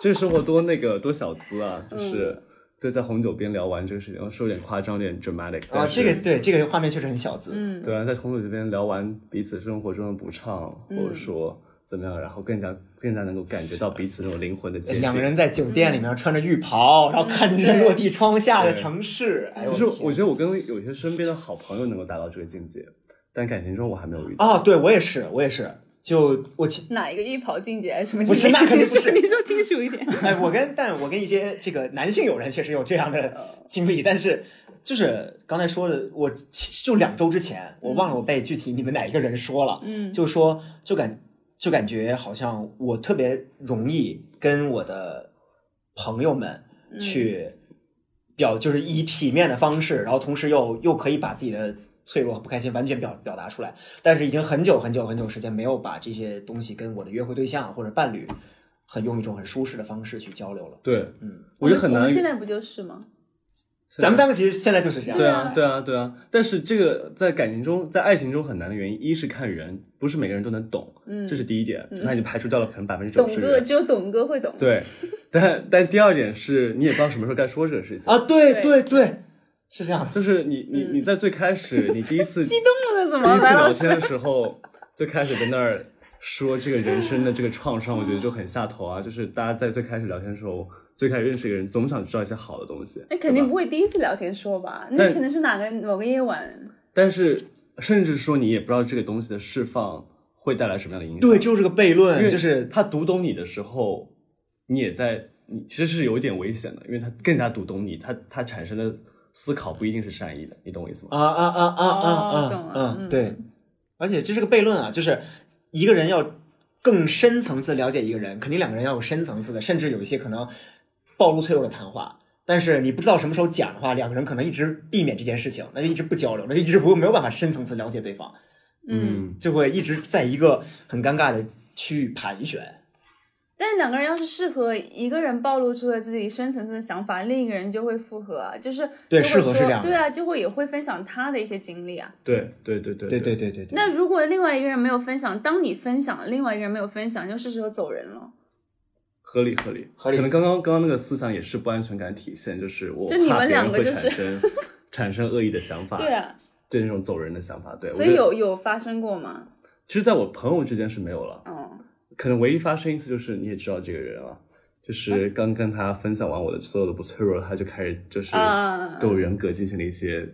S1: 这个生活多那个多小资 啊，就是
S2: 嗯
S1: 对，在红酒边聊完这个事情，说有点夸张，有点 dramatic
S3: 啊，
S1: 但是
S3: 这个对这个画面确实很小资。
S2: 嗯，
S1: 对啊，在红酒这边聊完彼此生活中的不畅，
S2: 嗯
S1: 或者说怎么样，然后更加更加能够感觉到彼此那种灵魂的接近。
S3: 呃两个人在酒店里
S2: 嗯
S3: 面穿着浴袍，然后看着落地窗下的城市，哎呦，
S1: 就是我
S3: 天
S1: 觉得我跟有些身边的好朋友能够达到这个境界，但感情中我还没有遇到。
S3: 啊，对我也是，我也是，就我其
S2: 哪一个浴袍境界还是什么境
S3: 不
S2: 界？
S3: 是那肯定不 是
S2: 你说清楚一点。
S3: 哎，我跟但我跟一些这个男性友人确实有这样的经历，但是就是刚才说的，我其就两周之前，我忘了我被具体你们哪一个人说了，
S2: 嗯，
S3: 就说就感就感觉好像我特别容易跟我的朋友们
S2: 嗯
S3: 去表，就是以体面的方式，然后同时又又可以把自己的脆弱和不开心完全表表达出来，但是已经很久很久很久时间没有把这些东西跟我的约会对象或者伴侣，很用一种很舒适的方式去交流了。
S1: 对，
S3: 嗯，
S1: 我觉得很
S2: 我
S1: 难
S2: 们。现在不就是吗？
S3: 咱们三个其实现在就是这样。
S1: 对
S2: 对啊
S1: 啊，对啊，对啊。但是这个在感情中，在爱情中很难的原因，一是看人，不是每个人都能懂，
S2: 嗯
S1: 这是第一点，就他已经排除掉了可能百分之
S2: 懂
S1: 九十
S2: 哥
S1: 人。
S2: 只有懂哥会懂。，
S1: 对，但但第二点是你也不知道什么时候该说这个事情，
S3: 啊，对
S2: 对
S3: 对对，是这样的。
S1: 就是你你你在最开始你第一次第
S2: 嗯 激动了怎么
S1: 一次
S2: 办？
S1: 聊天的时候，就开始在那儿说这个人生的这个创伤，我觉得就很下头啊。就是大家在最开始聊天的时候，最开始认识一个人，总想知道一些好的东西。
S2: 那哎肯定不会第一次聊天说吧？那
S1: 但
S2: 可能是哪个某个夜晚，
S1: 但是甚至说你也不知道这个东西的释放会带来什么样的影响。
S3: 对，就是个悖
S1: 因
S3: 论，
S1: 为
S3: 就是
S1: 他读懂你的时候，你也在，你其实是有一点危险的，因为他更加读懂你，他他产生的思考不一定是善意的，你懂我意思吗？
S3: 啊啊啊啊啊
S2: 哦懂
S3: 啊
S2: 了
S3: 啊！
S2: 嗯
S3: 对，而且这是个悖论啊，就是一个人要更深层次了解一个人，肯定两个人要有深层次的，甚至有一些可能暴露脆弱的谈话。但是你不知道什么时候讲的话，两个人可能一直避免这件事情，那就一直不交流，那就一直不没有办法深层次了解对方，
S2: 嗯。
S3: 就会一直在一个很尴尬的区域盘旋。
S2: 但是两个人要是适合，一个人暴露出了自己深层次的想法，另一个人就会附和啊，就是
S3: 对
S2: 就会
S3: 适合是
S2: 说
S3: 这样的
S2: 对啊，就会也会分享他的一些经历啊。
S1: 对对对对
S3: 对对对对对。
S2: 那如果另外一个人没有分享，当你分享，另外一个人没有分享，就是时候走人了。
S1: 合理合理
S3: 合理
S1: 可能刚刚刚刚那个思想也是不安全感体现，就是我
S2: 就你
S1: 怕
S2: 们
S1: 别人
S2: 两个
S1: 会
S2: 就是
S1: 产 生产生恶意的想法，
S2: 对啊，
S1: 对那种走人的想法，对。
S2: 所
S1: 我
S2: 以
S1: 觉得
S2: 有，有发生过吗？
S1: 其实在我朋友之间是没有了，
S2: 嗯，
S1: 可能唯一发生一次就是你也知道这个人了，就是刚跟他分享完我的所有的不脆弱，他就开始就是
S2: 啊
S1: 对我人格进行了一些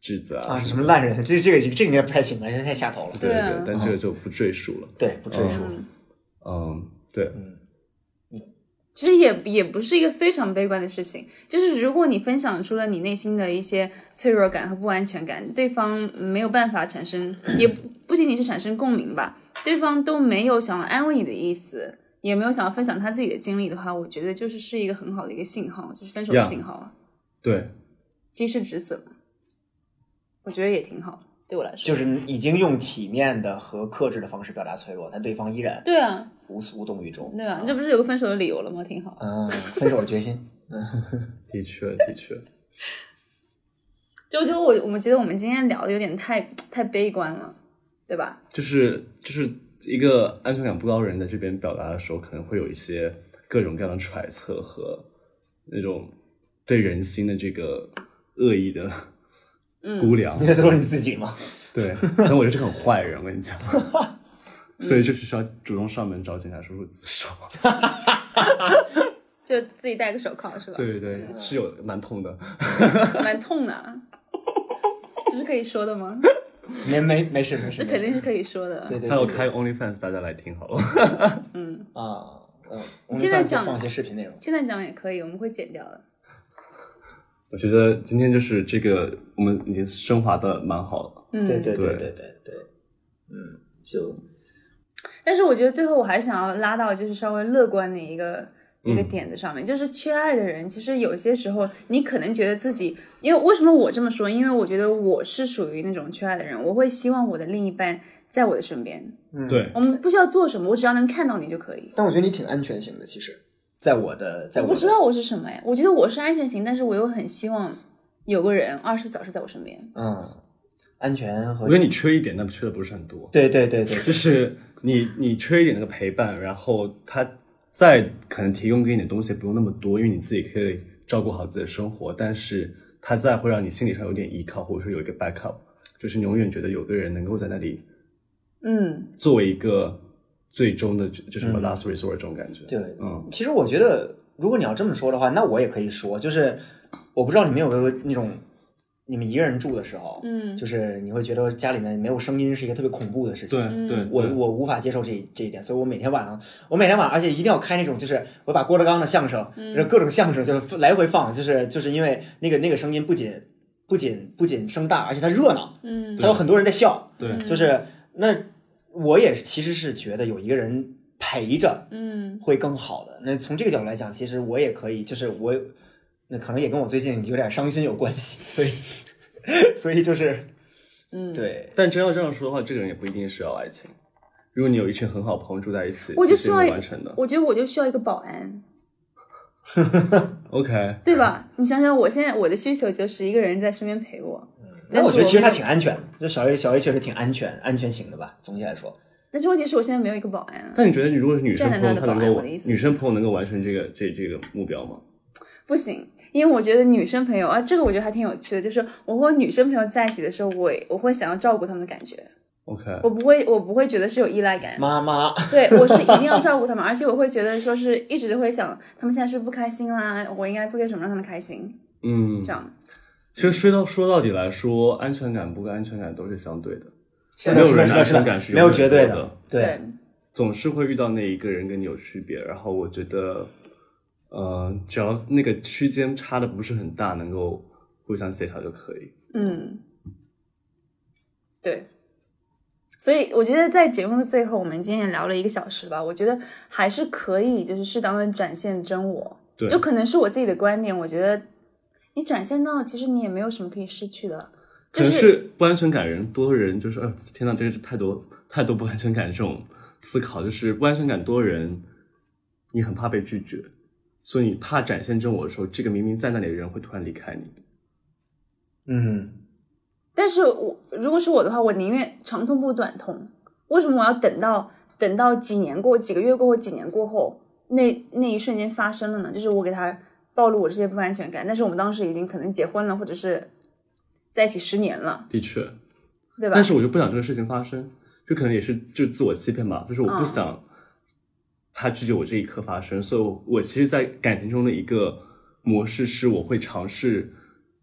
S1: 指责
S3: 啊，
S1: 啊
S3: 什
S1: 什
S3: 么
S1: 么的。
S3: 烂人，这这个这个应该不太行了，现在太下头了。
S1: 对
S2: 对啊
S1: 对，但这个就不赘述了。
S3: 对，不追溯。
S1: 嗯嗯，对，
S2: 其实也也不是一个非常悲观的事情，就是如果你分享出了你内心的一些脆弱感和不安全感，对方没有办法产生，也不不仅仅是产生共鸣吧，对方都没有想要安慰你的意思，也没有想要分享他自己的经历的话，我觉得就是是一个很好的一个信号，就是分手的
S1: Yeah
S2: 信号啊，
S1: 对，
S2: 及时止损嘛，我觉得也挺好，对我来说，
S3: 就是已经用体面的和克制的方式表达脆弱，但对方依然
S2: 对啊，
S3: 无无动于衷。
S2: 对啊，这不是有个分手的理由了吗？挺好。
S3: 嗯，分手的决心。
S1: 的确的确，
S2: 就就我我们觉得我们今天聊的有点太太悲观了，对吧？
S1: 就是就是一个安全感不高的人在这边表达的时候，可能会有一些各种各样的揣测和那种对人心的这个恶意的 估量。
S3: 你在说你自己吗？
S1: 对，可能我就是个很坏人，我跟你讲。所以就是需要主动上门找警察叔叔自首。
S2: 就自己戴个手铐是吧？
S1: 对对对，是有蛮痛的。
S2: 蛮痛的 啊，这是可以说的吗？
S3: 没没没事没
S2: 这
S3: 事，
S2: 肯定
S3: 没
S2: 是
S3: 事
S2: 可以说的。
S3: 对对对。
S1: 他有
S3: 对
S1: 开 OnlyFans，大家来听好了。
S3: 啊，嗯，我
S2: 现在
S3: 们
S2: 讲
S3: 放一些视频内容。
S2: 现在讲也可以，我们会剪掉的。
S1: 我觉得今天就是这个，我们已经升华的蛮好了。
S2: 嗯，
S3: 对对对
S1: 对
S3: 对对对，嗯，就
S2: 但是我觉得最后我还想要拉到就是稍微乐观的一个。
S3: 嗯
S2: 一个点子上面，就是缺爱的人，其实有些时候你可能觉得自己，因为为什么我这么说？因为我觉得我是属于那种缺爱的人，我会希望我的另一半在我的身边，
S3: 嗯
S1: 对
S2: 我们不需要做什么，我只要能看到你就可以。
S3: 但我觉得你挺安全型的，其实，在我的在
S2: 我
S3: 我
S2: 不
S3: 的
S2: 知道我是什么哎，我觉得我是安全型，但是我又很希望有个人二十四小时在我身边。
S3: 嗯，安全和
S1: 我觉得你缺一点，但缺的不是很多。
S3: 对对对对，
S1: 就是你你缺一点那个陪伴，然后他再可能提供给你的东西不用那么多，因为你自己可以照顾好自己的生活，但是他再会让你心理上有点依靠，或者说有一个 backup，就是你永远觉得有个人能够在那里
S2: 嗯，
S1: 作为一个最终的就就什么 last resort 这种感觉。
S3: 对
S1: 嗯，
S3: 其实我觉得，如果你要这么说的话，那我也可以说，
S2: 嗯
S3: 就是我不知道你们有没有那种，你们一个人住的时候，
S2: 嗯
S3: 就是你会觉得家里面没有声音是一个特别恐怖的事情。
S2: 嗯
S1: 对对，
S3: 我我无法接受这一这一点，所以我每天晚上，我每天晚上，而且一定要开那种，就是我把郭德纲的相声，
S2: 嗯
S3: 然后各种相声就是来回放，就是就是因为那个那个声音不仅不仅不仅声大，而且它热闹，
S2: 嗯，
S3: 还有很多人在笑，
S1: 对
S3: 就是那我也其实是觉得有一个人陪着，
S2: 嗯，
S3: 会更好的。那从这个角度来讲，其实我也可以，就是我，那可能也跟我最近有点伤心有关系，所以， 所以就是，嗯，对，
S1: 但真要这样说的话，这个人也不一定是要爱情。如果你有一群很好的朋友住在一起，
S2: 我就
S1: 其实
S2: 需要
S1: 能
S2: 一
S1: 完成的。
S2: 我觉得我就需要一个保安，
S1: OK，
S2: 对吧？你想想，我现在我的需求就是一个人在身边陪我。
S3: 嗯那
S2: 但是
S3: 我觉得其实
S2: 没
S3: 他
S2: 有
S3: 挺安全的，这小 A 小 A 确实挺安全，安全型的吧。总体来说，
S2: 但是问题是我现在没有一个保安啊，
S1: 但你觉得你如果是女生
S2: 站在
S1: 朋友，她
S2: 那的保安
S1: 能够
S2: 我的意思
S1: 女生朋友能够完成这个这这个目标吗？
S2: 不行，因为我觉得女生朋友啊，这个我觉得还挺有趣的，就是我和女生朋友在一起的时候，我也我会想要照顾她们的感觉。
S1: OK，
S2: 我不会，我不会觉得是有依赖感。
S4: 妈妈，
S2: 对我是一定要照顾他们，而且我会觉得说是一直会想他们现在是不是不开心啦，我应该做些什么让他们开心，
S1: 嗯，
S2: 这样。
S1: 其实说到说到底来说，安全感不跟安全感都是相对的，
S4: 是
S1: 没
S4: 的，
S1: 有
S4: 是
S1: 人的
S4: 的，是的，
S1: 安
S4: 是
S1: 全感
S4: 的，
S1: 是
S4: 没有
S1: 永远
S4: 绝对
S1: 都有的
S4: 的，对，
S1: 总是会遇到那一个人跟你有区别。然后我觉得，呃，只要那个区间差的不是很大，能够互相协调就可以。
S2: 嗯，对。所以我觉得在节目的最后，我们今天也聊了一个小时吧，我觉得还是可以，就是适当的展现真我。
S1: 对，
S2: 就可能是我自己的观点，我觉得你展现到，其实你也没有什么可以失去的，
S1: 可
S2: 就
S1: 能
S2: 是
S1: 是不安全感人多的人，就是哎呦天呐，这个是太多 太多不安全感这种思考，就是不安全感多的人，你很怕被拒绝，所以你怕展现真我的时候，这个明明在那里的人会突然离开你。
S4: 嗯，
S2: 但是我如果是我的话，我宁愿长痛不如短痛。为什么我要等到等到几年过、几个月过后、几年过后，那那一瞬间发生了呢？就是我给他暴露我这些不安全感，但是我们当时已经可能结婚了，或者是在一起十年了，
S1: 的确，
S2: 对吧？
S1: 但是我就不想这个事情发生，就可能也是就自我欺骗吧，就是我不
S2: 嗯
S1: 想他拒绝我这一刻发生，所以我我其实，在感情中的一个模式是，我会尝试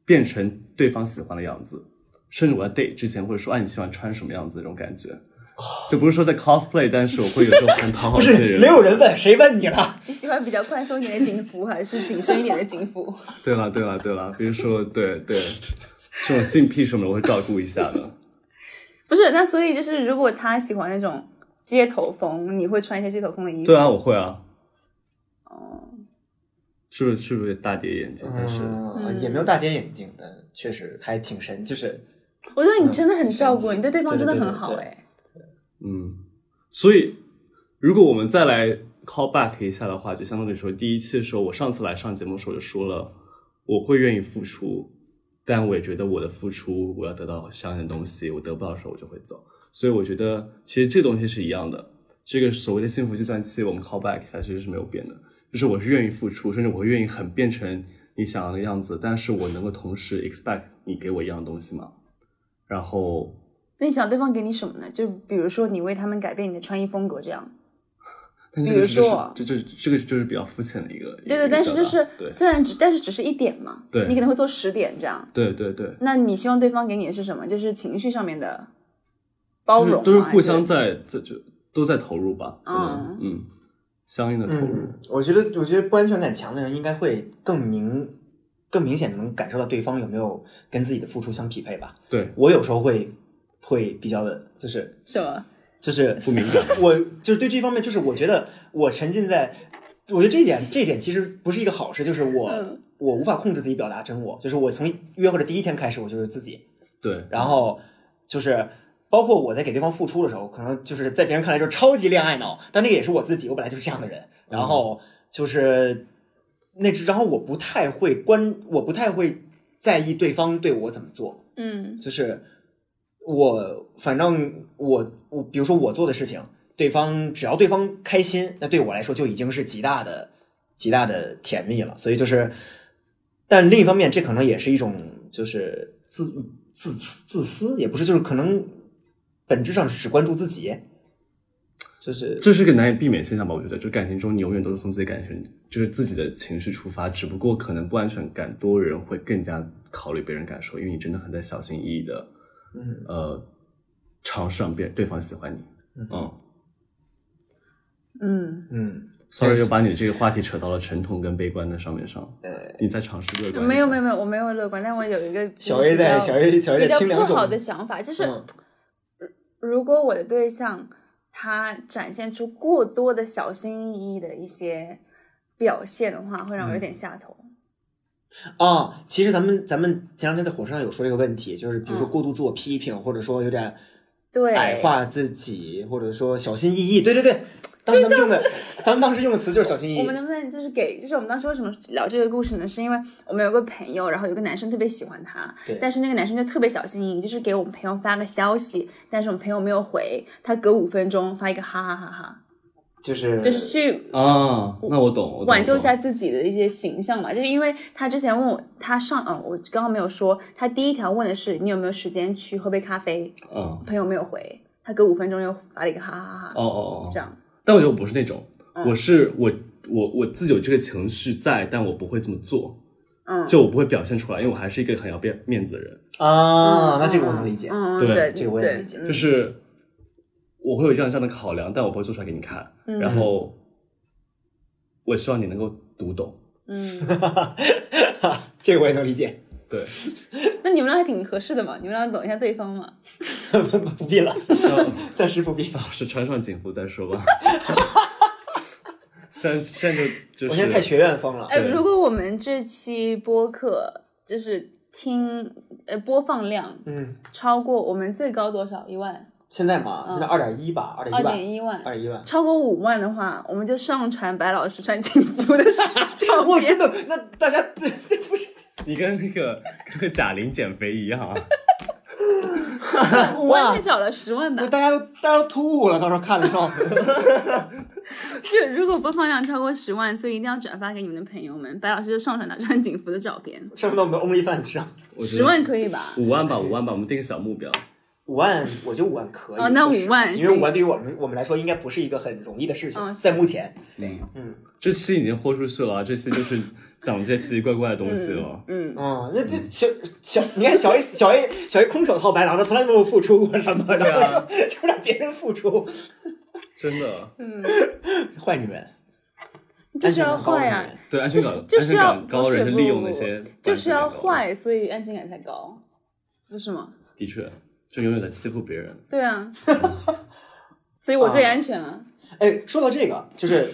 S1: 变成对方喜欢的样子，甚至我在 date 之前会说，哎，你喜欢穿什么样子那种感觉。就不是说在 cosplay，但是我会有这种很讨好
S4: 哦不
S1: 一些
S4: 是，没有人问，谁问你了？
S2: 你喜欢比较宽松一点的警服，还是紧身一点的警服？
S1: 对了，对了，对了，比如说，对对，这种性癖什么的，我会照顾一下的。
S2: 不是，那所以就是，如果他喜欢那种街头风，你会穿一些街头风的衣服？
S1: 对啊，我会啊。哦，是不是是不是大跌眼镜？但是、
S4: 嗯，也没有大跌眼镜，但确实还挺神，就是
S2: 我觉得你真的很照顾，
S4: 嗯
S2: 你对对方真的很好
S4: 对对对对
S2: 哎。
S1: 嗯，所以如果我们再来 call back 一下的话，就相当于说第一期的时候，我上次来上节目的时候就说了，我会愿意付出，但我也觉得我的付出我要得到相应的东西，我得不到的时候我就会走。所以我觉得其实这东西是一样的，这个所谓的幸福计算器，我们 call back 一下其实是没有变的，就是我是愿意付出，甚至我会愿意很变成你想要的样子，但是我能够同时 expect 你给我一样的东西嘛，然后。
S2: 那你想对方给你什么呢？就比如说你为他们改变你的穿衣风格这样。
S1: 但这
S2: 比
S1: 个
S2: 如
S1: 是就是
S2: 说
S1: 这这这个就是比较肤浅的一个，
S2: 对
S1: 一个
S2: 对，但是
S1: 表
S2: 就
S1: 达
S2: 是
S1: 对
S2: 虽然只但是只是一点嘛，
S1: 对
S2: 你可能会做十点这样。
S1: 对对对，
S2: 那你希望对方给你的是什么？就是情绪上面的
S1: 就
S2: 包
S1: 是
S2: 容吗，
S1: 都是互
S2: 还
S1: 相在在就都在投入吧，可能
S2: 嗯
S1: 嗯，相应的投入，
S4: 嗯，我觉得，我觉得不安全感强的人应该会更明、更明显的能感受到对方有没有跟自己的付出相匹配吧。
S1: 对，
S4: 我有时候会会比较的，就是
S2: 什么？
S4: 就是
S1: 不敏感，
S4: 我就是对这方面，就是我觉得我沉浸在，我觉得这一点，这一点其实不是一个好事，就是我、
S2: 嗯
S4: 我无法控制自己表达真我，就是我从约会的第一天开始，我就是自己，
S1: 对，
S4: 然后就是包括我在给对方付出的时候，可能就是在别人看来就是超级恋爱脑，但那个也是我自己，我本来就是这样的人。然后就是那只，然后我不太会关，我不太会在意对方对我怎么做，
S2: 嗯
S4: 就是我反正我我比如说我做的事情，对方只要对方开心，那对我来说就已经是极大的极大的甜蜜了。所以就是，但另一方面，这可能也是一种就是自自私自私，也不是，就是可能本质上是只关注自己，就是
S1: 这是个难以避免现象吧？我觉得，就感情中你永远都是从自己感情，就是自己的情绪出发，只不过可能不安全感多的人会更加考虑别人感受，因为你真的很在小心翼翼的，
S4: 嗯
S1: 呃，尝试让别对方喜欢你，嗯。
S2: 嗯，
S4: 嗯
S1: sorry，又把你这个话题扯到了沉痛跟悲观的上面上。
S4: 呃，
S1: 你在尝试乐观？
S2: 没有没有，没有，我没有乐观，但我有一个
S4: 小 A 在
S2: 比较
S4: 小 A 小 A
S2: 比
S4: 在
S2: 较
S4: 听两
S2: 不
S4: 种
S2: 好的想法，就是
S4: 嗯
S2: 如果我的对象他展现出过多的小心翼翼的一些表现的话，会让
S4: 嗯
S2: 我有点下头。
S4: 啊，其实咱们咱们前两天在火车上有说这个问题，就是比如说
S2: 嗯
S4: 过度自我批评，或者说有点
S2: 对，
S4: 矮化自己，或者说小心翼翼。对对对，当时咱们用的，咱们当时用的词就是小心翼
S2: 我
S4: 翼
S2: 们。能不能就是给，就是我们当时为什么聊这个故事呢？是因为我们有个朋友，然后有个男生特别喜欢她
S4: 对，
S2: 但是那个男生就特别小心翼翼，就是给我们朋友发个消息，但是我们朋友没有回，他隔五分钟发一个哈哈哈哈，
S4: 就是
S2: 就是去
S1: 啊，那我懂，我懂
S2: 挽救一。
S1: 我
S2: 下
S1: 懂
S2: 自己的一些形象吧，就是因为他之前问我，他上，嗯，我刚刚没有说，他第一条问的是你有没有时间去喝杯咖啡，
S1: 嗯
S2: 朋友没有回，他隔五分钟又发了一个哈哈哈哈，
S1: 哦哦哦
S2: 这，样。
S1: 但我觉得我不是那种，
S2: 嗯
S1: 我是我我我自己有这个情绪在，但我不会这么做，
S2: 嗯，
S1: 就我不会表现出来，因为我还是一个很要面面子的人，
S4: 啊，那这个我能理解。
S2: 嗯，嗯
S1: 对
S2: 对，
S4: 这个我也能理解
S2: 对嗯
S1: 就是我会有这样这样的考量，但我不会做出来给你看，
S2: 嗯
S1: 然后我希望你能够读懂，
S2: 嗯，
S4: 这个我也能理解，
S1: 对，
S2: 那你们俩还挺合适的嘛，你们俩懂一下对方嘛。
S4: 不必 了，暂时不必。
S1: 老师穿上警服再说吧。 现在现在就就是，
S4: 我现在太学院风了。
S2: 哎，
S1: 对
S2: 如果我们这期播客就是听呃播放量
S4: 嗯，
S2: 超过我们最高多少一万
S4: 现在嘛，现在二点一吧，二点
S2: 嗯二
S4: 一吧，
S2: 点一万，
S4: 二点一万。
S2: 超过五万的话，我们就上传白老师穿警服的 照
S4: 哇，
S2: 片
S4: 真。的，那大家 这这不 是
S1: 你跟那个跟个贾玲减肥一样啊，
S2: 五万太少了，十万
S4: 那
S2: 吧。
S4: 大家都大家都突兀了，到时候看了之后，
S2: 就如果播放量超过十万，所以一定要转发给你们的朋友们。白老师就上传他穿警服的照片，
S4: 上不到我们的 OnlyFans 上。
S1: 我觉得
S2: 十万可以吧？
S1: 五万吧，五万吧，我们定个小目标。
S4: 五万，我觉得五万可以。
S2: 哦那
S4: 说实话
S2: 五万
S4: 因为
S2: 行
S4: 五万对于我们我们来说，应该不是一个很容易的事情，
S2: 嗯
S4: 在目前。
S2: 行，
S1: 这期已经豁出去了啊，这期就是讲这期怪怪的东西了。
S2: 嗯，
S4: 嗯，那这小小，你看小 A 小 A 小 A 空手套白狼，他从来没有付出过什么，
S1: 对啊
S4: 然后就 就让别人付出，
S1: 真的，
S4: 坏女人，
S2: 就是要坏
S4: 安全
S2: 啊
S4: 感高的女人，
S1: 对安全
S2: 就
S1: 感
S2: 是，就是要
S1: 安全感高的人是利用那些，
S2: 就是要，坏，所以安全感才高，不是吗？
S1: 的确，就永远在欺负别人。
S2: 对啊，所以我
S1: 啊
S2: 最安全了。
S4: 哎，说到这个，就是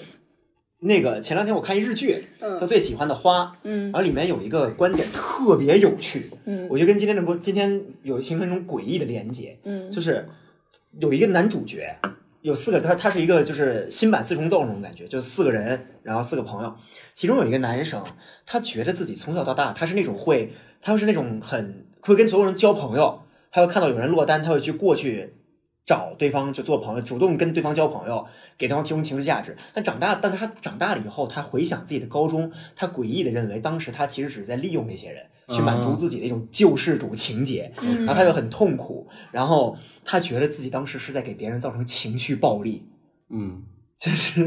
S4: 那个前两天我看一日剧，
S2: 嗯
S4: 他最喜欢的花，
S2: 嗯
S4: 然后里面有一个观点特别有趣，
S2: 嗯
S4: 我觉得跟今天的播今天有形成一种诡异的连接，
S2: 嗯
S4: 就是有一个男主角，有四个，他他是一个就是新版四重奏那种感觉，就四个人，然后四个朋友，其中有一个男生，他觉得自己从小到大他是那种会，他是那种很会跟所有人交朋友，他会看到有人落单，他会去过去。找对方就做朋友，主动跟对方交朋友，给对方提供情绪价值。但长大，但他长大了以后，他回想自己的高中，他诡异的认为，当时他其实只是在利用那些人，去满足自己的一种救世主情节。然后他就很痛苦，然后他觉得自己当时是在给别人造成情绪暴力，
S1: 嗯，
S4: 就是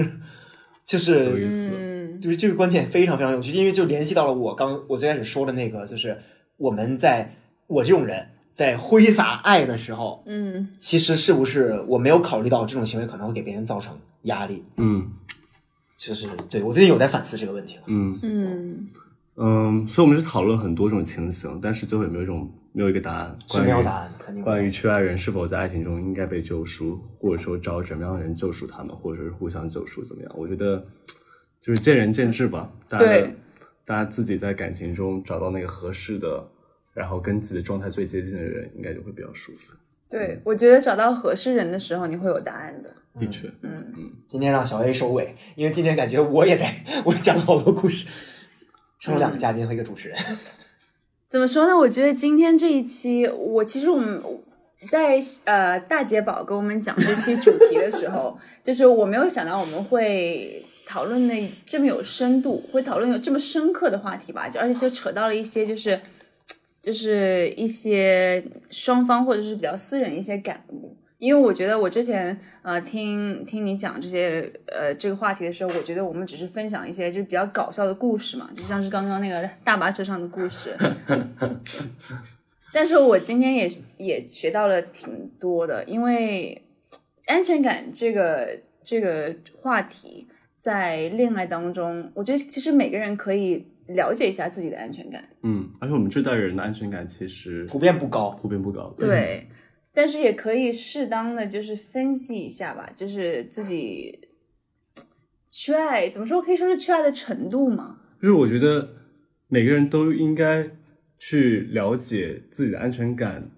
S4: 就
S1: 有
S4: 是
S1: 意思。
S2: 嗯
S4: 就是这个观点非常非常有趣，因为就联系到了我刚我最开始说的那个，就是我们在我这种人在挥洒爱的时候，
S2: 嗯，
S4: 其实是不是我没有考虑到这种行为可能会给别人造成压力？
S1: 嗯
S4: 就是对我最近有在反思这个问题了。
S1: 嗯
S2: 嗯，
S1: 嗯，所以我们是讨论很多种情形，但是最后有没有一种没有一个答案？
S4: 是没有答。案，肯定没有
S1: 关于缺爱人是否在爱情中应该被救赎，或者说找什么样的人救赎他们，或者是互相救赎怎么样？我觉得就是见仁见智吧。大家
S2: 对
S1: 大家自己在感情中找到那个合适的，然后跟自己的状态最接近的人，应该就会比较舒服。
S2: 对，我觉得找到合适人的时候，你会有答案的。
S1: 的确，
S2: 嗯
S4: 今天让小 A 收尾，因为今天感觉我也在， 我也讲了好多故事，成了两个嘉宾和一个主持人。
S2: 怎么说呢？我觉得今天这一期，我其实我们在呃大姐宝跟我们讲这期主题的时候，就是我没有想到我们会讨论的这么有深度，会讨论有这么深刻的话题吧，就而且就扯到了一些就是就是一些双方或者是比较私人一些感悟。因为我觉得我之前呃听听你讲这些呃这个话题的时候，我觉得我们只是分享一些就是比较搞笑的故事嘛，就像是刚刚那个大巴车上的故事。但是我今天也也学到了挺多的，因为安全感这个这个话题在恋爱当中，我觉得其实每个人可以了解一下自己的安全感。
S1: 嗯，而且我们这代人的安全感其实
S4: 普遍不高。
S1: 普遍不高。，
S2: 对，但是也可以适当的就是分析一下吧，就是自己缺爱怎么说，可以说是缺爱的程度嘛。
S1: 就是我觉得每个人都应该去了解自己的安全感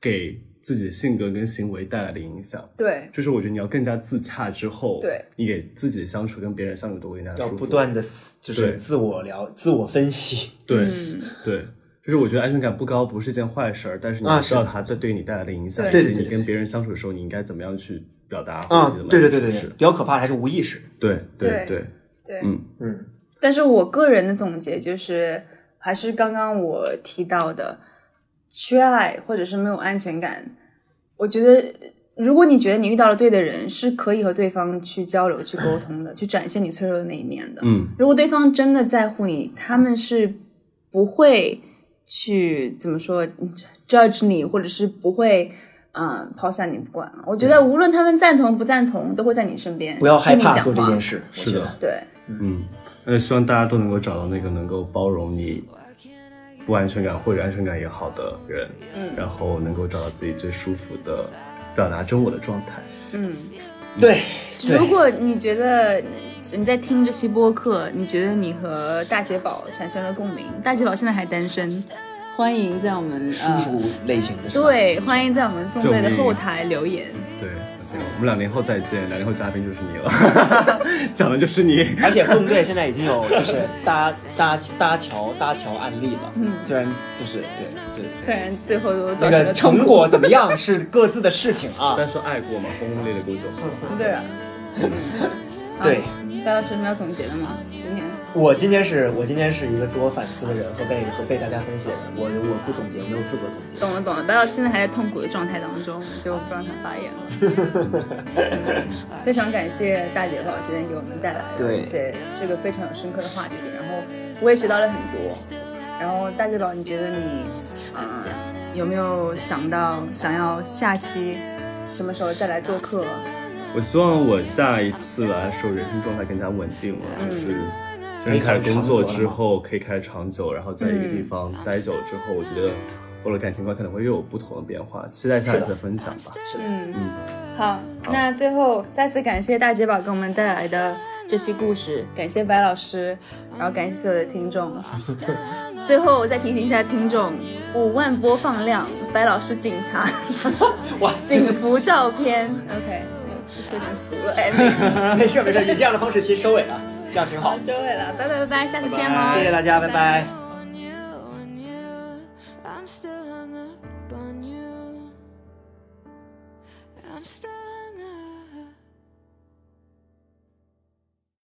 S1: 给自己的性格跟行为带来的影响。
S2: 对，
S1: 就是我觉得你要更加自洽之后，
S2: 对，
S1: 你给自己的相处跟别人相处都会更加
S4: 要
S1: 舒服。
S4: 不断的就
S1: 对
S4: 是自我聊、自我分析，
S1: 对、
S2: 嗯
S1: 对，就是我觉得安全感不高不是一件坏事儿，但是你要
S4: 啊
S1: 知道它对对你带来的影响，
S2: 对
S1: 以及
S4: 对对
S1: 你
S4: 对
S1: 跟别人相处的时候，你应该怎么样去表达或
S4: 啊
S1: 者怎，么
S4: 对
S1: 样去
S4: 对对
S1: 解
S4: 对
S1: 释
S4: 对，比较可怕的还是无意识，
S1: 对对
S2: 对
S1: 对，
S2: 对，
S1: 嗯
S4: 嗯，
S2: 但是我个人的总结就是，还是刚刚我提到的，缺爱或者是没有安全感，我觉得，如果你觉得你遇到了对的人，是可以和对方去交流、去沟通的，去展现你脆弱的那一面的。
S1: 嗯，
S2: 如果对方真的在乎你，他们是不会去怎么说 judge 你，或者是不会嗯抛下你不管。我觉得无论他们赞同不赞同，都会在你身边
S4: 不要害怕
S2: 听
S4: 做
S2: 你
S4: 这
S2: 讲话
S4: 件。事。
S1: 是的，
S2: 对，
S1: 嗯，那希望大家都能够找到那个能够包容你不安全感或者安全感也好的人，
S2: 嗯
S1: 然后能够找到自己最舒服的表达真我的状态。
S2: 嗯。
S4: 对，对
S2: 如果你觉得你在听这期播客，你觉得你和大姐宝产生了共鸣，大姐宝现在还单身，欢迎在我们呃
S4: 叔叔类型的是吧，
S2: 对，欢迎在我们纵队的
S1: 救命
S2: 后台留言。
S1: 对，我们两年后再见，两年后嘉宾就是你了， 讲的就是你。
S4: 而且纵队现在已经有就是搭搭搭桥搭桥案例了，嗯，虽然就是对，就
S2: 虽然最后都造
S4: 那
S2: 成
S4: 个
S2: 了痛
S4: 成
S2: 苦，
S4: 果怎么样是各自的事情 啊，
S1: 但是爱过嘛，轰轰烈烈过就好。
S2: 对啊。
S4: 对。
S2: 大家有什么要总结的吗？十年，
S4: 我今天是我今天是一个自我反思的人和被和被大家分析的人，我我不总结，没有资格总结。
S2: 懂了懂了。白老师现在还在痛苦的状态当中，我们就不让他发言了。嗯非常感谢大姐宝今天给我们带来的
S4: 对
S2: 这些这个非常有深刻的话题，然后我也学到了很多。然后大姐宝，你觉得你啊、呃有没有想到想要下期什么时候再来做客？
S1: 我希望我下一次来的时候，人生状态更加稳定了，就是真正开始工作之后，可以开始长久，然后在一个地方待久之后，我觉得我的感情观可能会又有不同的变化。期待下一次的分享吧。
S2: 嗯
S1: 嗯，
S2: 好，那最后再次感谢大姐宝给我们带来的这期故事，感谢白老师，然后感谢所有的听 众。最后我再提醒一下听众，五万播放量，白老师警察
S4: 哇，
S2: 警
S4: 其实
S2: 服照片，OK，这有点俗了，哎，没有
S4: 没 事没事，以这样的方式其实收尾了，这样挺好
S2: 好，。收尾了，拜拜拜拜，下次见哦喽。
S4: 谢谢大家，拜拜
S3: on you, on you. I'm still hung up on you. I'm still.